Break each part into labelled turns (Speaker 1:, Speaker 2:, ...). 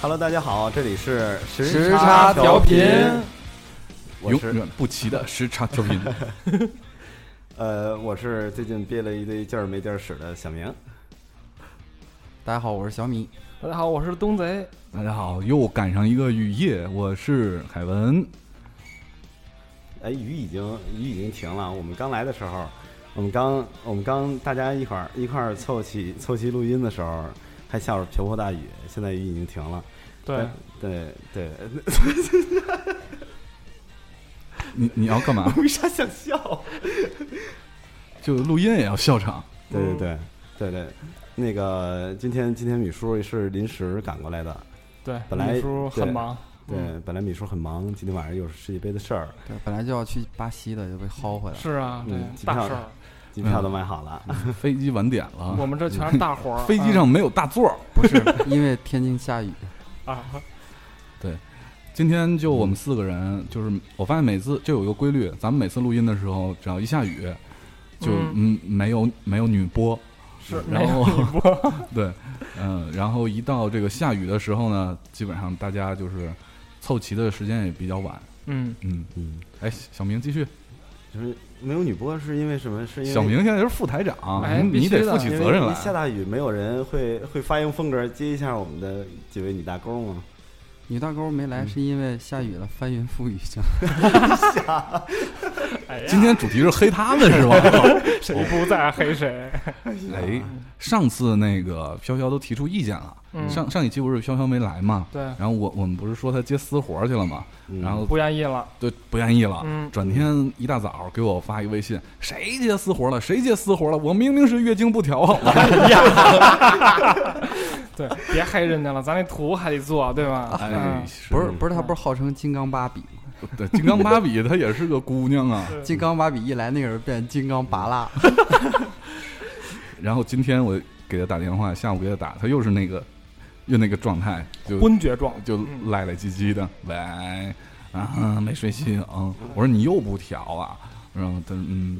Speaker 1: Hello，大家好，这里是
Speaker 2: 时差调频，
Speaker 1: 我
Speaker 3: 永
Speaker 1: 是
Speaker 3: 远不齐的时差调频。
Speaker 1: 呃，我是最近憋了一堆劲儿没地儿使的小明。
Speaker 2: 大家好，我是小米。
Speaker 4: 大家好，我是东贼。
Speaker 3: 大家好，又赶上一个雨夜，我是凯文。
Speaker 1: 哎，雨已经雨已经停了，我们刚来的时候，我们刚我们刚大家一块儿一块儿凑齐凑齐录音的时候，还下着瓢泼大雨，现在雨已经停了。
Speaker 4: 对，
Speaker 1: 对对，？
Speaker 3: 你你要干嘛
Speaker 1: 为啥想笑？
Speaker 3: 就录音也要笑场？
Speaker 1: 对对对对对，那个今天今天米叔是临时赶过来的，
Speaker 4: 对，
Speaker 1: 本来
Speaker 4: 秘书很
Speaker 1: 对
Speaker 4: 忙，嗯
Speaker 1: 对，本来米叔很忙，今天晚上又是世界杯的事儿，
Speaker 2: 对，本来就要去巴西的，就被薅回来了。
Speaker 4: 是啊，对
Speaker 1: 嗯，机票
Speaker 4: 大事儿，
Speaker 1: 机票都买好了。
Speaker 3: 飞机晚点
Speaker 4: 我
Speaker 3: 了，
Speaker 4: 们这全是大活儿。
Speaker 3: 啊 飞机上没有大座儿。
Speaker 2: 不是 因为天津下雨，
Speaker 4: 啊啊，
Speaker 3: 今天就我们四个人，就是我发现每次就有一个规律，咱们每次录音的时候，只要一下雨，就嗯没有没有女播，
Speaker 4: 是，
Speaker 3: 然后
Speaker 4: 没有你播
Speaker 3: 对，嗯，然后一到这个下雨的时候呢，基本上大家就是凑齐的时间也比较晚。
Speaker 4: 嗯，
Speaker 3: 嗯，
Speaker 1: 嗯，
Speaker 3: 哎，小明继续。
Speaker 1: 就是没有女播是因为什么？是因为
Speaker 3: 小明现在是副台长，
Speaker 4: 哎
Speaker 3: 你
Speaker 4: 必
Speaker 3: 你
Speaker 4: 须的
Speaker 3: 得负起
Speaker 1: 因为
Speaker 3: 责任来。
Speaker 1: 下大雨，没有人会会发音风格接一下我们的几位女大勾吗？
Speaker 2: 女大沟没来是因为下雨了，翻云覆雨就。
Speaker 4: 哎呀，
Speaker 3: 今天主题是黑他们是 吧？
Speaker 4: 谁不在啊黑谁？
Speaker 3: 哎，上次那个飘飘都提出意见了，
Speaker 4: 嗯
Speaker 3: 上上一期不是飘飘没来嘛？
Speaker 4: 对，
Speaker 3: 然后我我们不是说他接私活去了嘛？
Speaker 1: 嗯
Speaker 3: 然后
Speaker 4: 不愿意了。
Speaker 3: 对不愿意了，
Speaker 4: 嗯
Speaker 3: 转天一大早给我发一微信，谁接私活了？谁接私活了？我明明是月经不调好了。
Speaker 4: 对，别黑人家了，咱那图还得做，对吧？
Speaker 3: 哎
Speaker 4: 嗯，
Speaker 3: 是
Speaker 2: 不是不是，他不是号称金刚芭比吗？
Speaker 3: 对，金刚芭比她也是个姑娘啊。
Speaker 2: 金刚芭比一来，那个人变金刚拔蜡。
Speaker 3: 然后今天我给她打电话，下午给她打，她又是那个又那个状态，就
Speaker 4: 昏厥状，
Speaker 3: 就
Speaker 4: 嗯
Speaker 3: 赖赖唧唧的，喂，啊，没睡醒。我说你又不调啊？然后他嗯，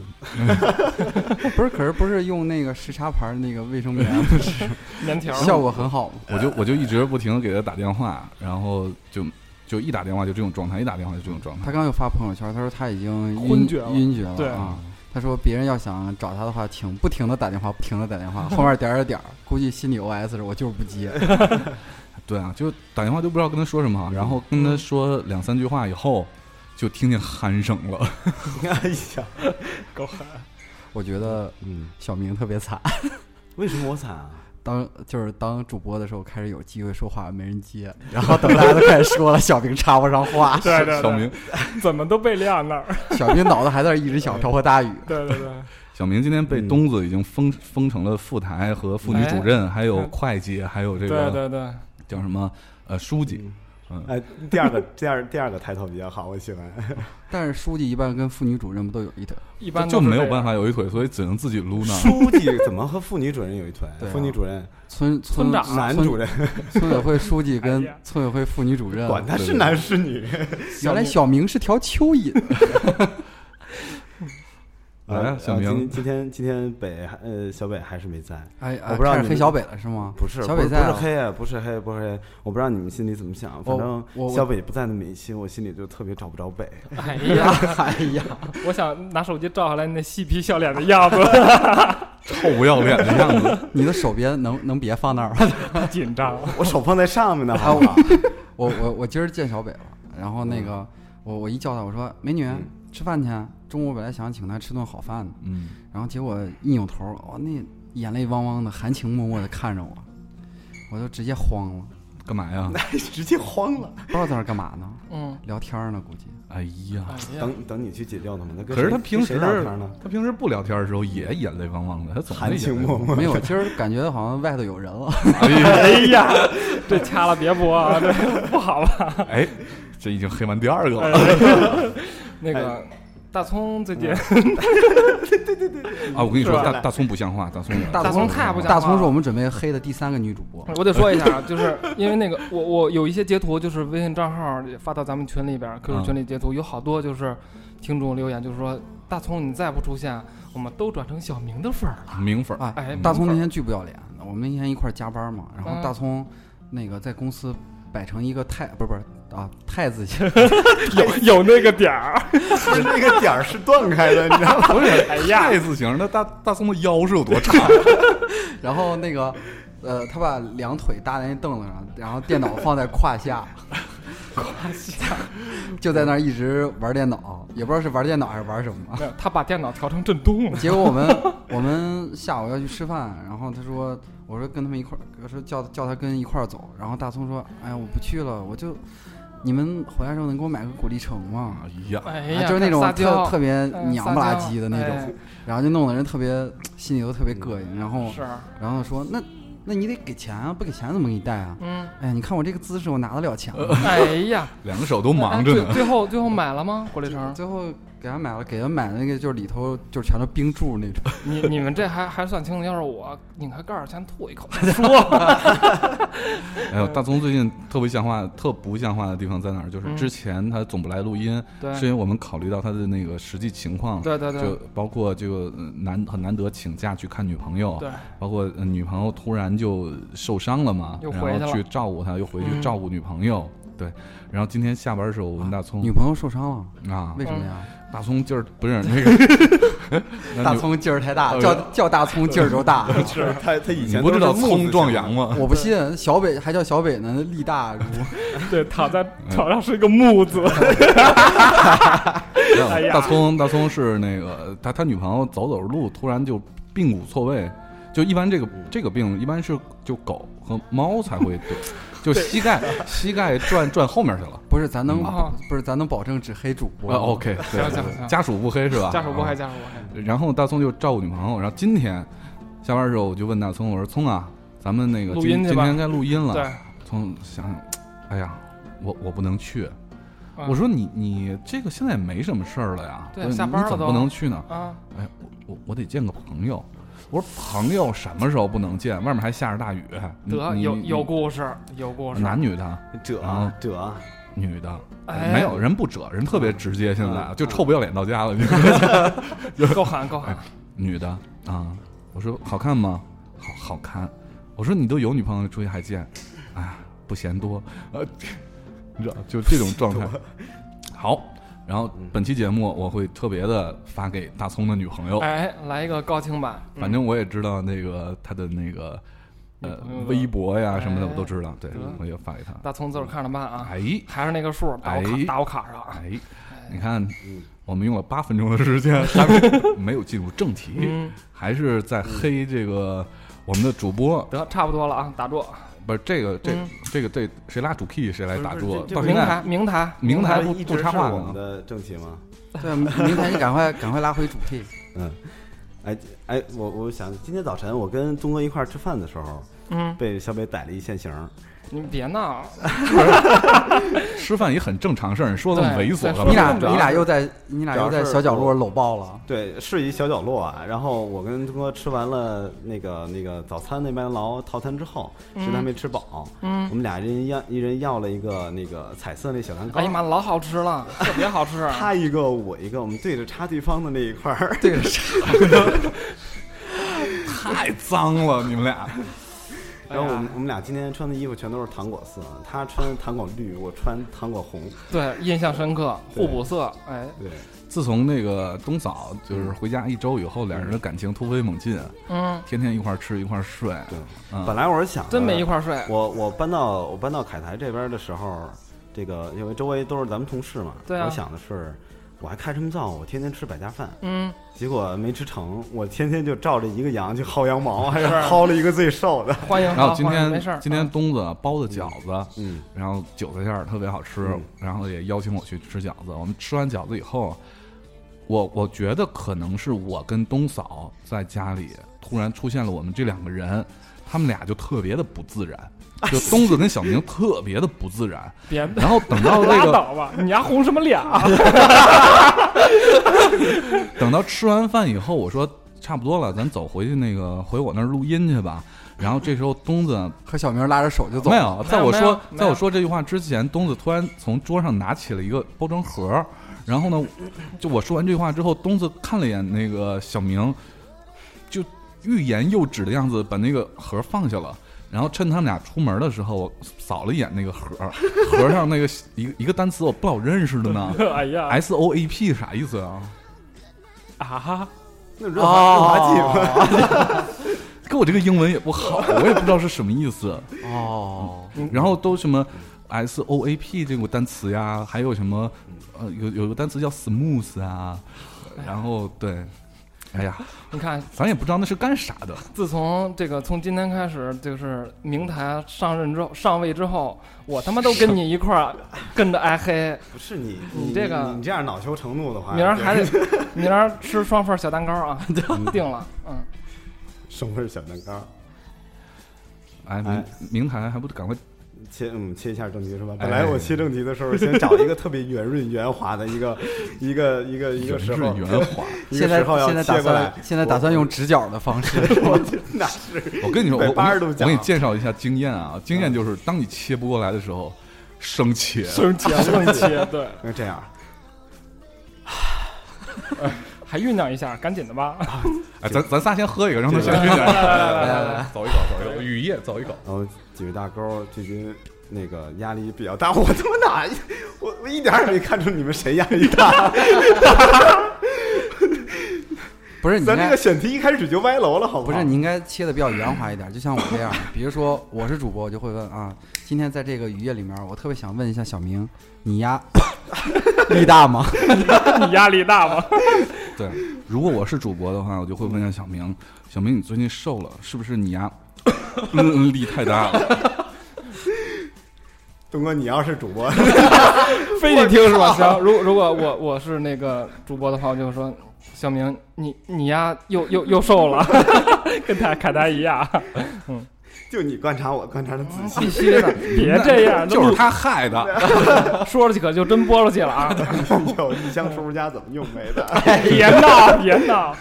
Speaker 2: 不是，可是不是用那个时差牌那个卫生棉， 不是
Speaker 4: 棉条
Speaker 2: 效果很好吗？
Speaker 3: 我
Speaker 4: 哎
Speaker 3: 就我就一直不停的给他打电话，然后就就一打电话就这种状态，一打电话就这种状
Speaker 2: 他
Speaker 3: 态。
Speaker 2: 刚又发朋友圈，他说他已经
Speaker 4: 昏
Speaker 2: 晕
Speaker 4: 厥了
Speaker 2: 晕厥了。
Speaker 4: 对
Speaker 2: 啊，他说别人要想找他的话，请不停的打电话，不停的打电 话，后面点儿点儿点儿，估计心里 OS 是我就是不接。
Speaker 3: 对啊，就打电话就不知道跟他说什么好，然后跟他说两三句话以后，就听见鼾声了。
Speaker 1: 哎呀，
Speaker 4: 够狠。
Speaker 2: 我觉得
Speaker 1: 嗯，
Speaker 2: 小明特别惨，
Speaker 1: 为什么我惨啊？
Speaker 2: 当就是当主播的时候开始有机会说话没人接，然后等大家都开始说了，小明插不上话，
Speaker 4: 对对 对，
Speaker 3: 小明，
Speaker 4: 怎么都被晾那儿？
Speaker 2: 小明脑子还在那儿一直想瓢泼大雨。
Speaker 4: 对对对，
Speaker 3: 小明今天被
Speaker 1: 嗯
Speaker 3: 东子已经封封成了副台和妇女主任，还有会计，还有这
Speaker 4: 哎嗯对
Speaker 3: 个
Speaker 4: 对对，
Speaker 3: 叫什么呃书记。嗯
Speaker 1: 哎，第二个第二第二个抬头比较好，我喜欢。
Speaker 2: 但是书记一般跟妇女主任不都有一腿？
Speaker 4: 一般
Speaker 3: 就
Speaker 4: 都是啊
Speaker 3: 没有
Speaker 4: 这
Speaker 3: 办
Speaker 4: 样。
Speaker 3: 法有一腿，所以只能自己撸呢。
Speaker 1: 书记怎么和妇女主任有一腿
Speaker 2: 对？啊
Speaker 1: 妇女主任、
Speaker 2: 村
Speaker 4: 村
Speaker 3: 啊
Speaker 4: 长啊
Speaker 1: 男主任，
Speaker 2: 村村委会书记
Speaker 4: 哎
Speaker 2: 跟
Speaker 4: 呀
Speaker 2: 村委会妇女主任，啊
Speaker 1: 管他
Speaker 3: 啊对
Speaker 1: 是
Speaker 3: 对
Speaker 1: 男是女。
Speaker 2: 原来小明是条蚯蚓。
Speaker 3: 来啊
Speaker 1: 啊，
Speaker 3: 小
Speaker 1: 啊今
Speaker 3: 明
Speaker 1: 今天今天北呃小北还是没在。
Speaker 2: 哎，哎
Speaker 1: 我不知道
Speaker 2: 开
Speaker 1: 你
Speaker 2: 始
Speaker 1: 们
Speaker 2: 黑小北了是 吗？
Speaker 1: 不是，
Speaker 2: 小
Speaker 1: 不
Speaker 2: 北
Speaker 1: 是不
Speaker 2: 在啊
Speaker 1: 是黑啊，不是黑，不是黑。我不知道你们心里怎么想，反
Speaker 2: 我
Speaker 1: 正
Speaker 2: 我
Speaker 1: 小北不在的每一期，我心里就特别找不着北。
Speaker 4: 哎
Speaker 2: 哎
Speaker 4: 呀，
Speaker 2: 呀，哎呀，
Speaker 4: 我想拿手机照下来你那嬉皮笑脸的样子，
Speaker 3: 臭不要脸的 样子。
Speaker 2: 你的手别能能别放那儿吗？
Speaker 4: 紧张。
Speaker 1: 我手放在上 面呢，
Speaker 2: 哎
Speaker 1: 好不好？
Speaker 2: 我我我今儿见小北了，然后
Speaker 1: 嗯
Speaker 2: 那个我我一叫他，我说美女吃饭去，啊中午本来想请她吃顿好饭的，
Speaker 3: 嗯，
Speaker 2: 然后结果一扭头，哇、那眼泪汪汪的，含情脉脉的看着我，我就直接慌了，
Speaker 3: 嗯干嘛 呀？
Speaker 1: 那直接慌了。
Speaker 2: 不知道在那儿干嘛呢，
Speaker 4: 嗯，
Speaker 2: 聊天呢估计。
Speaker 3: 哎呀，
Speaker 4: 哎呀，
Speaker 1: 等等你去解救他们。那跟
Speaker 3: 可是
Speaker 1: 谁
Speaker 3: 他平时
Speaker 1: 跟谁聊天呢？
Speaker 3: 他平时不聊天的时候也眼泪汪汪的，他总
Speaker 1: 含情脉脉。
Speaker 2: 没有，今儿感觉好像外头有人了。
Speaker 3: 脉。
Speaker 4: 哎呀， 这掐了别播 啊，这不好吧？
Speaker 3: 哎，这已经黑完第二个了。
Speaker 4: 哎那个大葱最近，
Speaker 3: 啊，我跟你说，
Speaker 4: 是吧
Speaker 3: 大大葱不像话，大葱
Speaker 2: 大
Speaker 4: 大葱太不像话
Speaker 2: 大葱是我们准备黑的第三个女主播，
Speaker 4: 我得说一下啊，就是因为那个我我有一些截图，就是微信账号发到咱们群里边儿，QQ 群里截图有好多就是听众留言，就是说大葱你再不出现，我们都转成小明的粉儿了。
Speaker 3: 明
Speaker 1: 啊
Speaker 3: 粉儿。
Speaker 2: 哎
Speaker 4: 哎，
Speaker 2: 大葱那天巨不要脸，我们那天一块儿加班嘛，然后
Speaker 4: 嗯
Speaker 2: 大葱那个在公司摆成一个太不是不是啊太字形，
Speaker 4: 有有那个点儿，
Speaker 1: 不是那个点儿是断开的，你知道吗？
Speaker 3: 不是
Speaker 4: 哎呀，
Speaker 3: 太字形，那大大葱的腰是有多 长？
Speaker 2: 然后那个呃他把两腿搭在那凳子上，然后电脑放在胯下，胯下就在那儿一直玩电脑，也不知道是玩电脑还是玩什么。
Speaker 4: 没有，他把电脑调成震 动了。
Speaker 2: 结果我们我们下午要去吃饭，然后他说，我说跟他们一块儿，我说叫叫他跟一块儿走，然后大葱说，哎呀我不去了，我就你们回来之后能给我买个果粒橙吗？
Speaker 3: 哎呀，
Speaker 4: 哎
Speaker 2: 啊
Speaker 4: 呀，
Speaker 2: 就是那种
Speaker 4: 撒娇
Speaker 2: 特特别
Speaker 4: 嗯
Speaker 2: 娘
Speaker 4: 撒
Speaker 2: 不拉
Speaker 4: 娇
Speaker 2: 几的那种，然后就弄得人特别心里头特别膈应，然后
Speaker 4: 哎是，
Speaker 2: 然后说那那你得给钱啊，不给钱怎么给你带啊？
Speaker 4: 嗯，
Speaker 2: 哎呀，你看我这个姿势，我拿得了钱
Speaker 1: 呃
Speaker 2: 吗？
Speaker 4: 哎 呀，
Speaker 3: 两个手都忙着
Speaker 4: 哎最
Speaker 3: 呢。
Speaker 4: 最后最后买了吗？果粒橙，
Speaker 2: 最后给他买了，给他买的那个就是里头就是全都冰柱那种，
Speaker 4: 你你们这还还算清楚，要是我拧开盖儿先吐一 口再说。
Speaker 3: 哎呦，大葱最近特别像话，特不像话的地方在哪儿？就是
Speaker 4: 嗯
Speaker 3: 之前他总不来录音，
Speaker 4: 对
Speaker 3: 是因为我们考虑到他的那个实际情况，
Speaker 4: 对对对
Speaker 3: 就包括这个呃难很难得请假去看女朋友，
Speaker 4: 对，
Speaker 3: 包括呃女朋友突然就受伤了嘛，
Speaker 4: 又
Speaker 3: 然
Speaker 4: 回去
Speaker 3: 后
Speaker 4: 了
Speaker 3: 去照顾她，又回去
Speaker 4: 嗯啊
Speaker 3: 照顾女朋友。对，然后今天下班的时候，我问大
Speaker 1: 嗯
Speaker 3: 葱
Speaker 2: 女朋友受伤了，
Speaker 3: 啊
Speaker 2: 为，什么呀？
Speaker 3: 大葱劲儿不 是那个
Speaker 1: 嗯
Speaker 3: 那
Speaker 2: 大
Speaker 3: 女，
Speaker 2: 葱劲儿太大，
Speaker 3: 呃
Speaker 2: 叫叫大葱劲儿就大。
Speaker 1: 是他他以
Speaker 3: 你
Speaker 1: 前
Speaker 3: 不
Speaker 1: 都
Speaker 3: 知
Speaker 1: 是
Speaker 3: 道
Speaker 1: 木
Speaker 3: 葱
Speaker 1: 字
Speaker 3: 壮
Speaker 1: 形
Speaker 3: 阳吗？
Speaker 2: 我不信，小北还叫小北呢，力 大如
Speaker 4: 对，躺在床上是一个木字，
Speaker 3: 没有
Speaker 4: 哎呀
Speaker 3: 大葱，大葱是那个他他女朋友走走着路，突然就髌骨错位，就一般这个这个病一般是就狗和猫才会 得，就膝盖膝盖转转后面去了。
Speaker 2: 不是，咱能、
Speaker 1: 嗯
Speaker 4: 啊
Speaker 2: 不是咱能保证只黑主播
Speaker 3: 啊，OK，对
Speaker 1: 哦
Speaker 4: 行行行
Speaker 3: 家属不黑是吧？
Speaker 4: 家属不
Speaker 3: 啊
Speaker 4: 还家属不还，
Speaker 3: 然后大葱就照顾女朋友，然后今天下班的时候我就问大葱，我说葱啊，咱们那个
Speaker 4: 录
Speaker 3: 今
Speaker 4: 音去
Speaker 3: 今
Speaker 4: 吧
Speaker 3: 天该录音
Speaker 4: 对
Speaker 3: 了。，葱想想，哎呀，我我不能去。
Speaker 4: 嗯
Speaker 3: 我说你你这个现在也没什么事儿了呀，
Speaker 4: 对
Speaker 3: 我说
Speaker 4: 下
Speaker 3: 你
Speaker 4: 班了
Speaker 3: 怎么
Speaker 4: 都
Speaker 3: 不能去呢？
Speaker 4: 啊，
Speaker 3: 哎，我我我得见个朋友。我说朋友什么时候不能见？外面还下着大雨。你
Speaker 4: 得
Speaker 3: 你
Speaker 4: 有
Speaker 3: 你
Speaker 4: 有故事，有故事，
Speaker 3: 男女的，
Speaker 1: 褶
Speaker 3: 啊
Speaker 1: 褶，
Speaker 3: 女的，
Speaker 4: 哎
Speaker 3: 没有人不折，人特别直接。现在
Speaker 1: 嗯
Speaker 3: 就臭不要脸到家了，你
Speaker 4: 嗯够狠够狠，
Speaker 3: 女的啊，我说好看吗？好好看。我说你都有女朋友出去还见，哎呀，不嫌多，呃， 你知道就这种状态。好，然后本期节目我会特别的发给大葱的女朋 友，
Speaker 4: 哎，来一个高清版，嗯
Speaker 3: 反正我也知道那个她的那个呃
Speaker 4: 女朋友的
Speaker 3: 微博呀什么的，
Speaker 4: 哎
Speaker 3: 我都知道，对
Speaker 4: 得，
Speaker 3: 我也发给她。
Speaker 4: 大葱自个儿看着办啊，
Speaker 3: 哎
Speaker 4: 还是那个数，打我卡
Speaker 3: 哎
Speaker 4: 打我卡上啊，
Speaker 3: 哎，你看，我们用了八分钟的时间，还没有进入正题，
Speaker 4: 嗯，
Speaker 3: 还是在黑这个我们的主播
Speaker 4: 得差不多了啊，打住，
Speaker 3: 不是这个这
Speaker 4: 嗯
Speaker 3: 这个这谁拉主 key 谁来打
Speaker 1: 不是
Speaker 3: 住？
Speaker 1: 这这
Speaker 3: 到
Speaker 1: 不
Speaker 3: 现
Speaker 4: 明
Speaker 1: 是
Speaker 3: 在
Speaker 4: 台明台
Speaker 3: 明台
Speaker 1: 这
Speaker 3: 不
Speaker 1: 一
Speaker 3: 不
Speaker 1: 直
Speaker 3: 插
Speaker 1: 是
Speaker 3: 话
Speaker 1: 我们
Speaker 3: 呢，
Speaker 1: 的正题吗？
Speaker 2: 对，明天你赶快赶快拉回主题。
Speaker 1: 哎哎，我我想今天早晨我跟东哥一块儿吃饭的时候，
Speaker 4: 嗯，
Speaker 1: 被小北逮了一现行儿。
Speaker 4: 你别闹，
Speaker 3: 吃饭也很正常事儿，你说的
Speaker 4: 对
Speaker 3: 猥琐
Speaker 4: 再
Speaker 3: 了
Speaker 4: 说
Speaker 3: 吧，
Speaker 2: 你俩
Speaker 1: 主要
Speaker 2: 你俩又在你俩又在小角落搂抱了，
Speaker 1: 对，是一小角落啊。然后我跟东哥吃完了那个那个早餐，那麦当劳套餐之后，实在没吃饱，
Speaker 4: 嗯
Speaker 1: 我们俩人要一人要了一个那个彩色那小蛋糕，
Speaker 4: 哎呀妈，老好吃了，特别 好吃，
Speaker 1: 他一个我一个，我们对着插对方的那一块 儿，
Speaker 2: 对
Speaker 4: 哎
Speaker 2: 着啥？
Speaker 3: 太脏了，你们俩。
Speaker 1: 然后我
Speaker 4: 哎
Speaker 1: 们
Speaker 4: 呀
Speaker 1: 我们俩今天穿的衣服全都是糖果色，啊他穿糖果绿，我穿糖果红，
Speaker 4: 对，印象深刻，
Speaker 1: 对
Speaker 4: 互补色，哎，
Speaker 1: 对，
Speaker 3: 自从那个东嫂就是回家一周以后，俩人的感情突飞猛进，啊
Speaker 4: 嗯，
Speaker 3: 天天一块儿吃一块儿睡。
Speaker 1: 对
Speaker 3: 嗯
Speaker 1: 本来我是想着
Speaker 4: 真没一块儿睡，
Speaker 1: 我我搬到我搬到凯台这边的时候，这个因为周围都是咱们同事嘛，
Speaker 4: 对啊
Speaker 1: 我想的是，我还开什么灶？我天天吃百家饭，
Speaker 4: 嗯，
Speaker 1: 结果没吃成，我天天就照着一个羊去薅羊毛， 还是薅了一个最瘦的。
Speaker 4: 欢迎啊，
Speaker 3: 然后今
Speaker 4: 欢迎
Speaker 3: 天
Speaker 4: 没事儿，嗯
Speaker 3: 今天东子包的饺子，
Speaker 1: 嗯，
Speaker 3: 然后韭菜馅儿特别好吃
Speaker 1: 嗯，
Speaker 3: 然后也邀请我去吃饺子。我们吃完饺子以后，我我觉得可能是我跟东嫂在家里突然出现了我们这两个人，他们俩就特别的不自 然，就东子跟小明特别的不自然。
Speaker 4: 嗯 别
Speaker 3: 然后等到
Speaker 4: 拉
Speaker 3: 那个
Speaker 4: 倒吧，你丫红什么脸啊？
Speaker 3: 等到吃完饭以后，我说差不多了，咱走回去那个回我那儿录音去吧。然后这时候东子
Speaker 2: 和小明拉着手就走
Speaker 3: 没。有，在我
Speaker 4: 没有
Speaker 3: 说
Speaker 4: 没有
Speaker 3: 在我说这句话之前，东子突然从桌上拿起了一个包装盒儿，然后呢，就我说完这句话之后，东子看了一眼那个小明，就欲言又止的样子，把那个盒儿放下了。然后趁他们俩出门的时候，我扫了一眼那个盒儿，盒儿上那个 一个一个单词我不老认识的呢
Speaker 4: 哎呀，
Speaker 3: ，S O A P 啥意思啊？
Speaker 4: 啊哈，
Speaker 1: 那润滑润滑剂吗？
Speaker 4: 哦
Speaker 3: 跟我这个英文也不好，我也不知道是什么意思。
Speaker 2: 哦，
Speaker 3: 然后都什么 S O A P 这个单词呀，还有什么呃有有个单词叫 smooth 啊，然后对，哎呀，
Speaker 4: 你看，
Speaker 3: 咱也不知道那是干啥的。
Speaker 4: 自从这个从今天开始，就是明台上任之后上位之后，我他妈都跟你一 块儿跟着挨黑，
Speaker 1: 不是你，
Speaker 4: 你
Speaker 1: 你
Speaker 4: 这个
Speaker 1: 你这样恼羞成怒
Speaker 3: 哎
Speaker 1: 的话，
Speaker 4: 明儿 还
Speaker 1: 得
Speaker 4: 得明儿吃双份小蛋糕啊，定了，嗯，
Speaker 1: 生份小蛋糕。
Speaker 3: 哎，
Speaker 1: 哎
Speaker 3: 明明台还不得赶快
Speaker 1: 切，嗯，切一下正题是吧？
Speaker 3: 哎
Speaker 1: 本来我切正题的时候，先找一个特别圆润圆滑的一个一个一个一个时候
Speaker 3: 圆，润圆滑？
Speaker 1: 一
Speaker 2: 现
Speaker 1: 个
Speaker 2: 在
Speaker 1: 时候要
Speaker 2: 现在打
Speaker 1: 切过来
Speaker 2: 算。现在打算用直角的方式，是吧
Speaker 1: 我， 那是
Speaker 3: 我跟你说，我我
Speaker 1: 180度嗯
Speaker 3: 我
Speaker 1: 角
Speaker 3: 给你介绍一下经验啊，经验就是当你切不过来的时候，生切。
Speaker 4: 生切生切，对，
Speaker 1: 那这样，
Speaker 4: 还酝酿一下，赶紧的吧，
Speaker 3: 哎，咱咱仨先喝一个，让他先晕点。 来来
Speaker 2: 呃
Speaker 3: 来，走一口，走一口，雨夜走一口。
Speaker 1: 然后几位大哥最近那个压力比较大，我他妈哪我我一点儿也没看出你们谁压力大，
Speaker 2: 不 是你应
Speaker 1: 咱这
Speaker 2: 该
Speaker 1: 个选题一开始就歪楼了，好
Speaker 2: 不
Speaker 1: 好
Speaker 2: 是你应该切的比较圆滑一点，就像我这样，比如说我是主播，我就会问啊，今天在这个雨夜里面，我特别想问一下小明，你压 力大吗？
Speaker 4: 你 压力大吗？
Speaker 3: 对，如果我是主播的话，我就会问一下小明，小明你最近瘦了，是不是你呀？嗯力太大了，
Speaker 1: 东哥，你要是主播，
Speaker 4: 非得听是吧？行，如如果我我是那个主播的话，我就说小明，你你呀又又又瘦了， 跟他凯达一样，
Speaker 1: 就你观察我观察的仔细，
Speaker 4: 必须的， 别这样，
Speaker 3: 就是他害的。
Speaker 4: 他说出去可就真播出去了 啊！
Speaker 1: 有一箱收拾家怎么用没的？
Speaker 4: 别闹，别闹，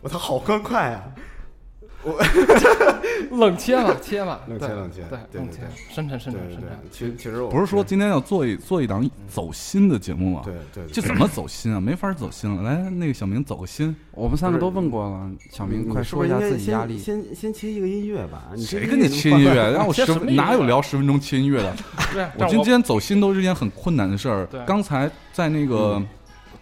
Speaker 1: 我操，好欢快啊！
Speaker 4: 冷切吧，切吧，
Speaker 1: 冷切
Speaker 4: 对
Speaker 1: 冷切
Speaker 4: 对
Speaker 1: 对
Speaker 4: 冷
Speaker 1: 对
Speaker 4: 切
Speaker 1: 对，
Speaker 4: 深沉深
Speaker 1: 对
Speaker 4: 沉
Speaker 1: 对
Speaker 4: 深
Speaker 1: 对
Speaker 4: 沉，，
Speaker 1: 其实其实我
Speaker 3: 不是说今天要做一做一档走心的节目啊，
Speaker 1: 对对，
Speaker 3: 这怎么走心啊？没法走心了。来，那个小明走个心，
Speaker 2: 我们三个都问过了，小明快说一下自己压力。
Speaker 1: 先先切一个音乐吧，你
Speaker 3: 谁跟你切音乐？让我
Speaker 4: 切
Speaker 3: 十
Speaker 4: 什么音啊乐
Speaker 3: 哪有聊十分钟切音乐的？
Speaker 4: 对，
Speaker 3: 我
Speaker 4: 但
Speaker 3: 今天走心都是一件很困难的事儿
Speaker 4: 对。
Speaker 3: 刚才在那个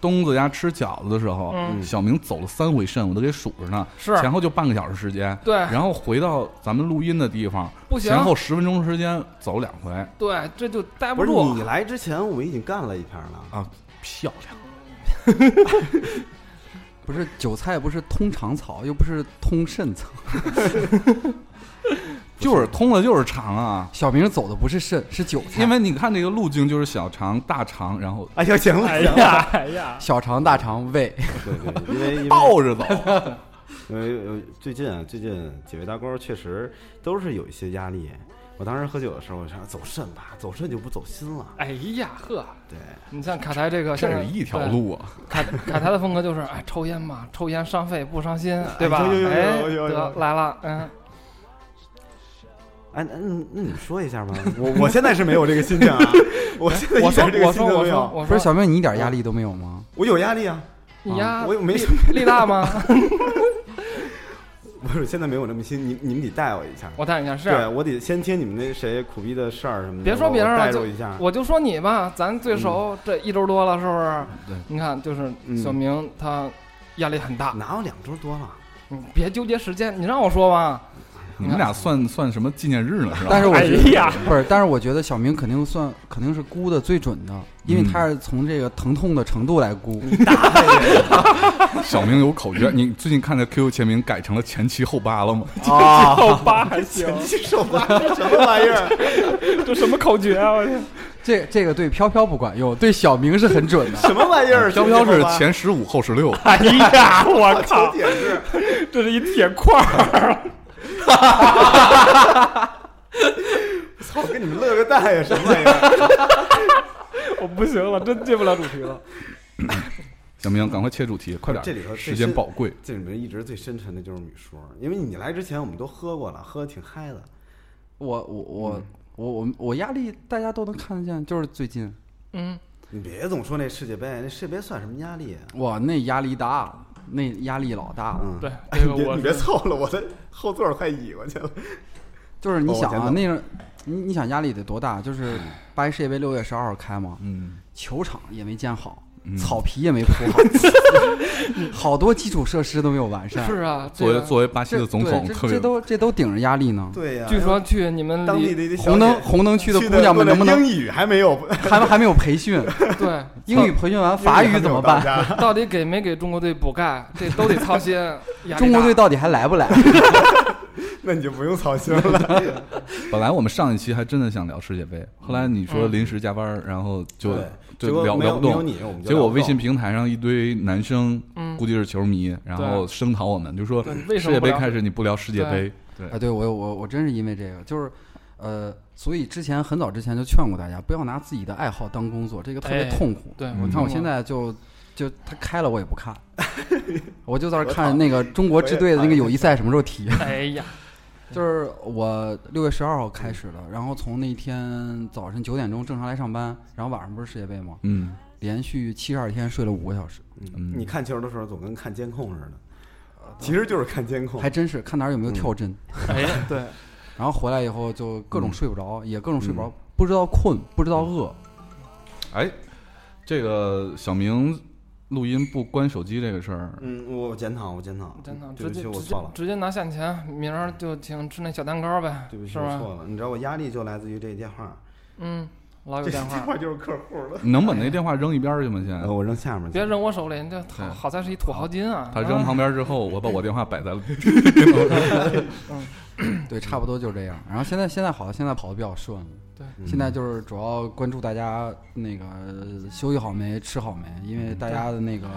Speaker 3: 东子家吃饺子的时候，
Speaker 4: 嗯
Speaker 3: 小明走了三回肾，我都给数着呢，
Speaker 4: 是
Speaker 3: 前后就半个小时时间。
Speaker 4: 对
Speaker 3: 然后回到咱们录音的地方，
Speaker 4: 不行
Speaker 3: 前后十分钟时间走两回
Speaker 4: 对，这就待
Speaker 1: 不
Speaker 4: 不
Speaker 1: 是
Speaker 4: 住啊
Speaker 1: 你，来之前我们已经干了一盘了，
Speaker 3: 啊，漂亮！
Speaker 2: 不是韭菜，不是通肠草，又不是通肾草。
Speaker 3: 就是通了就是长啊，
Speaker 2: 小明走的不是肾，是韭菜，
Speaker 3: 因为你看这个路径就是小肠、大肠，然后
Speaker 1: 哎呀，行了
Speaker 4: 哎
Speaker 1: 行了，
Speaker 4: 呀哎呀，
Speaker 2: 小肠、大肠、胃。
Speaker 1: 对对，因为因为
Speaker 3: 抱着走。
Speaker 1: 因为呃最近啊，最近几位大官确实都是有一些压力。我当时喝酒的时候，我想走肾吧，走肾就不走心了。
Speaker 4: 哎呀呵，
Speaker 1: 对，
Speaker 4: 你像凯台这个，
Speaker 3: 这
Speaker 4: 像
Speaker 3: 是一条。路啊，
Speaker 4: 对凯凯台的风格就是，哎，抽烟嘛，抽烟伤肺不伤心，对吧？
Speaker 1: 有有有有
Speaker 4: 哎，
Speaker 1: 有有
Speaker 4: 得来了，嗯。
Speaker 1: 哎，那那那你说一下吧，我我现在是没有这个心情啊，我现在
Speaker 4: 我
Speaker 1: 一
Speaker 4: 说
Speaker 1: 点这个
Speaker 4: 我
Speaker 1: 心情
Speaker 4: 说
Speaker 1: 都
Speaker 4: 我
Speaker 1: 没
Speaker 4: 说
Speaker 1: 有，
Speaker 4: 我
Speaker 2: 不
Speaker 4: 说
Speaker 2: 是小明，你一点压力都没有吗？
Speaker 1: 我有压力啊，
Speaker 4: 你呀，
Speaker 1: 我又没
Speaker 4: 力力大吗？
Speaker 1: 不是现在没有这么心，你你们得带我一下，
Speaker 4: 我带你一下
Speaker 1: 对
Speaker 4: 是，啊
Speaker 1: 我得先听你们那谁苦逼的事儿什么的，
Speaker 4: 别说别人
Speaker 1: 我
Speaker 4: 了
Speaker 1: 带
Speaker 4: 就
Speaker 1: 入一下，
Speaker 4: 我就说你吧，咱最熟这一周多了，是不
Speaker 3: 对
Speaker 4: 是？你看，就是
Speaker 1: 嗯
Speaker 4: 小明他压力很大，
Speaker 1: 哪有两周多了？
Speaker 4: 你别纠结时间，你让我说吧。
Speaker 3: 你们俩算算什么纪念日呢？是吧？
Speaker 2: 但是我觉得、
Speaker 4: 哎呀
Speaker 2: 不是，但是我觉得小明肯定算肯定是估的最准的，因为
Speaker 3: 嗯
Speaker 2: 他是从这个疼痛的程度来估。
Speaker 3: 小明有口诀，你最近看的 QQ 签名改成了前七后八了吗？
Speaker 2: 啊，
Speaker 4: 后八还行
Speaker 1: 前期手吧，这 什么玩意儿？
Speaker 4: 这什么口诀啊？我天，
Speaker 2: 这这个对飘飘不管用，对小明是很准的。
Speaker 1: 什么玩意儿？
Speaker 3: 飘飘是
Speaker 1: 前期手吧
Speaker 3: 前十五后十六，
Speaker 4: 哎呀，我
Speaker 1: 求！解释。
Speaker 4: 这是一铁块儿，
Speaker 1: 操，跟你们乐个蛋呀，什么玩意儿？
Speaker 4: 我不行了，真进不了主题了。
Speaker 3: 小明赶快切主题，快点，
Speaker 1: 这里头最
Speaker 3: 时间
Speaker 1: 深
Speaker 3: 宝贵。
Speaker 1: 这里面一直最深沉的就是米叔，因为你来之前我们都喝过了，喝的挺嗨的。
Speaker 2: 我我我我我我压力大家都能看得见，就是最近
Speaker 4: 嗯，
Speaker 1: 你别总说那世界杯，那世界杯算什么压力啊？
Speaker 2: 哇，那压力大，那压力老大了。
Speaker 1: 嗯，
Speaker 4: 对，
Speaker 1: 哎，
Speaker 4: 这个
Speaker 1: 你别
Speaker 4: 我
Speaker 1: 你别
Speaker 4: 是
Speaker 1: 凑了，我的后座快倚过去了。
Speaker 2: 就是你
Speaker 1: 哦
Speaker 2: 想
Speaker 1: 我
Speaker 2: 啊，
Speaker 1: 先
Speaker 2: 那个你你想压力得多大？就是八一世界杯六月十二号开嘛，
Speaker 3: 嗯，
Speaker 2: 球场也没建好
Speaker 3: 嗯，
Speaker 2: 草皮也没铺 好，好多基础设施都没有完善。
Speaker 4: 是啊，
Speaker 3: 作为
Speaker 4: 这个
Speaker 3: 作为巴西
Speaker 2: 这
Speaker 3: 的总统，
Speaker 2: 对
Speaker 3: 特
Speaker 2: 这
Speaker 3: 别
Speaker 2: 这都这都顶着压力呢。
Speaker 1: 对呀
Speaker 4: 据说去你们
Speaker 1: 当地
Speaker 4: 离
Speaker 1: 的一个小
Speaker 2: 红灯
Speaker 1: 姐
Speaker 2: 红灯区的
Speaker 1: 去
Speaker 2: 姑娘们能不能
Speaker 1: 英语还没有，
Speaker 2: 还还没有培 训？
Speaker 4: 对
Speaker 2: 英语培训 完法语怎么办？
Speaker 1: 办？
Speaker 4: 到底给没给中国队补钙，这都得操心。压力大
Speaker 2: 中国队到底还来不来？
Speaker 1: 那你就不用操心了。
Speaker 3: 本来我们上一期还真的想聊世界杯，后来你说临时加班，然后 就
Speaker 1: 结
Speaker 3: 就
Speaker 1: 果
Speaker 3: 聊
Speaker 1: 没
Speaker 3: 聊
Speaker 1: 有
Speaker 3: 不
Speaker 1: 没有
Speaker 3: 动。
Speaker 1: 你，我们就
Speaker 3: 结果
Speaker 1: 聊不
Speaker 3: 微信
Speaker 1: 动
Speaker 3: 平台上一堆男生，
Speaker 4: 嗯
Speaker 3: 估计是球迷，然后声讨我们，就说
Speaker 4: 对你为什
Speaker 3: 世
Speaker 4: 么
Speaker 3: 界
Speaker 4: 不
Speaker 3: 杯
Speaker 4: 聊
Speaker 3: 开始你不聊世界杯，对
Speaker 2: 啊，对我有我我真是因为这个，就是呃，所以之前很早之前就劝过大家，不要拿自己的爱好当工作，这个特别
Speaker 4: 哎
Speaker 2: 痛苦。
Speaker 4: 对，
Speaker 3: 嗯
Speaker 4: 我
Speaker 2: 你
Speaker 4: 听
Speaker 2: 看我
Speaker 4: 过
Speaker 2: 现在就就他开了我也不 看，我就在那儿
Speaker 1: 我
Speaker 2: 看
Speaker 1: 操
Speaker 2: 那个中国支队的那个友谊赛什么时候 踢。
Speaker 4: 哎呀，
Speaker 2: 就是我六月十二号开始的，然后从那天早晨九点钟正常来上班，然后晚上不是世界杯吗？
Speaker 3: 嗯
Speaker 2: 连续七十二天睡了五个小时，
Speaker 3: 嗯
Speaker 1: 你看球的时候总跟看监控似的，其实就是看监控
Speaker 2: 还。真是看哪儿有
Speaker 1: 嗯
Speaker 2: 没有跳针。
Speaker 4: 哎呀，对，
Speaker 2: 然后回来以后就各种睡不
Speaker 1: 嗯
Speaker 2: 着，也各种睡不着，不知道困，不知道饿。
Speaker 3: 哎，这个小明录音不关手机这个事儿，
Speaker 1: 嗯，我检讨，我检讨，
Speaker 4: 真的
Speaker 1: 对
Speaker 4: 直
Speaker 1: 不
Speaker 4: 接
Speaker 1: 起，我
Speaker 4: 直接
Speaker 1: 错了，
Speaker 4: 直接拿现钱，明儿就请吃那小蛋糕呗
Speaker 1: 对不，起，
Speaker 4: 是
Speaker 1: 我
Speaker 4: 吧？
Speaker 1: 错了。你知道我压力就来自于这电话，
Speaker 4: 嗯，老有
Speaker 1: 这
Speaker 4: 电话，
Speaker 1: 话就是客户了。
Speaker 3: 你能把那电话扔一边儿去吗？现在
Speaker 1: 呃，我扔下面去，
Speaker 4: 别扔我手里，你这
Speaker 3: 对
Speaker 4: 好好在是一土豪金啊。
Speaker 3: 他
Speaker 4: 啊
Speaker 3: 扔旁边之后，我把我电话摆在了，
Speaker 1: 嗯
Speaker 2: 对，差不多就这样。然后现在现在好，现在跑的比较顺了。
Speaker 4: 对
Speaker 1: 嗯
Speaker 2: 现在就是主要关注大家那个呃休息好没，吃好没，因为大家的那个就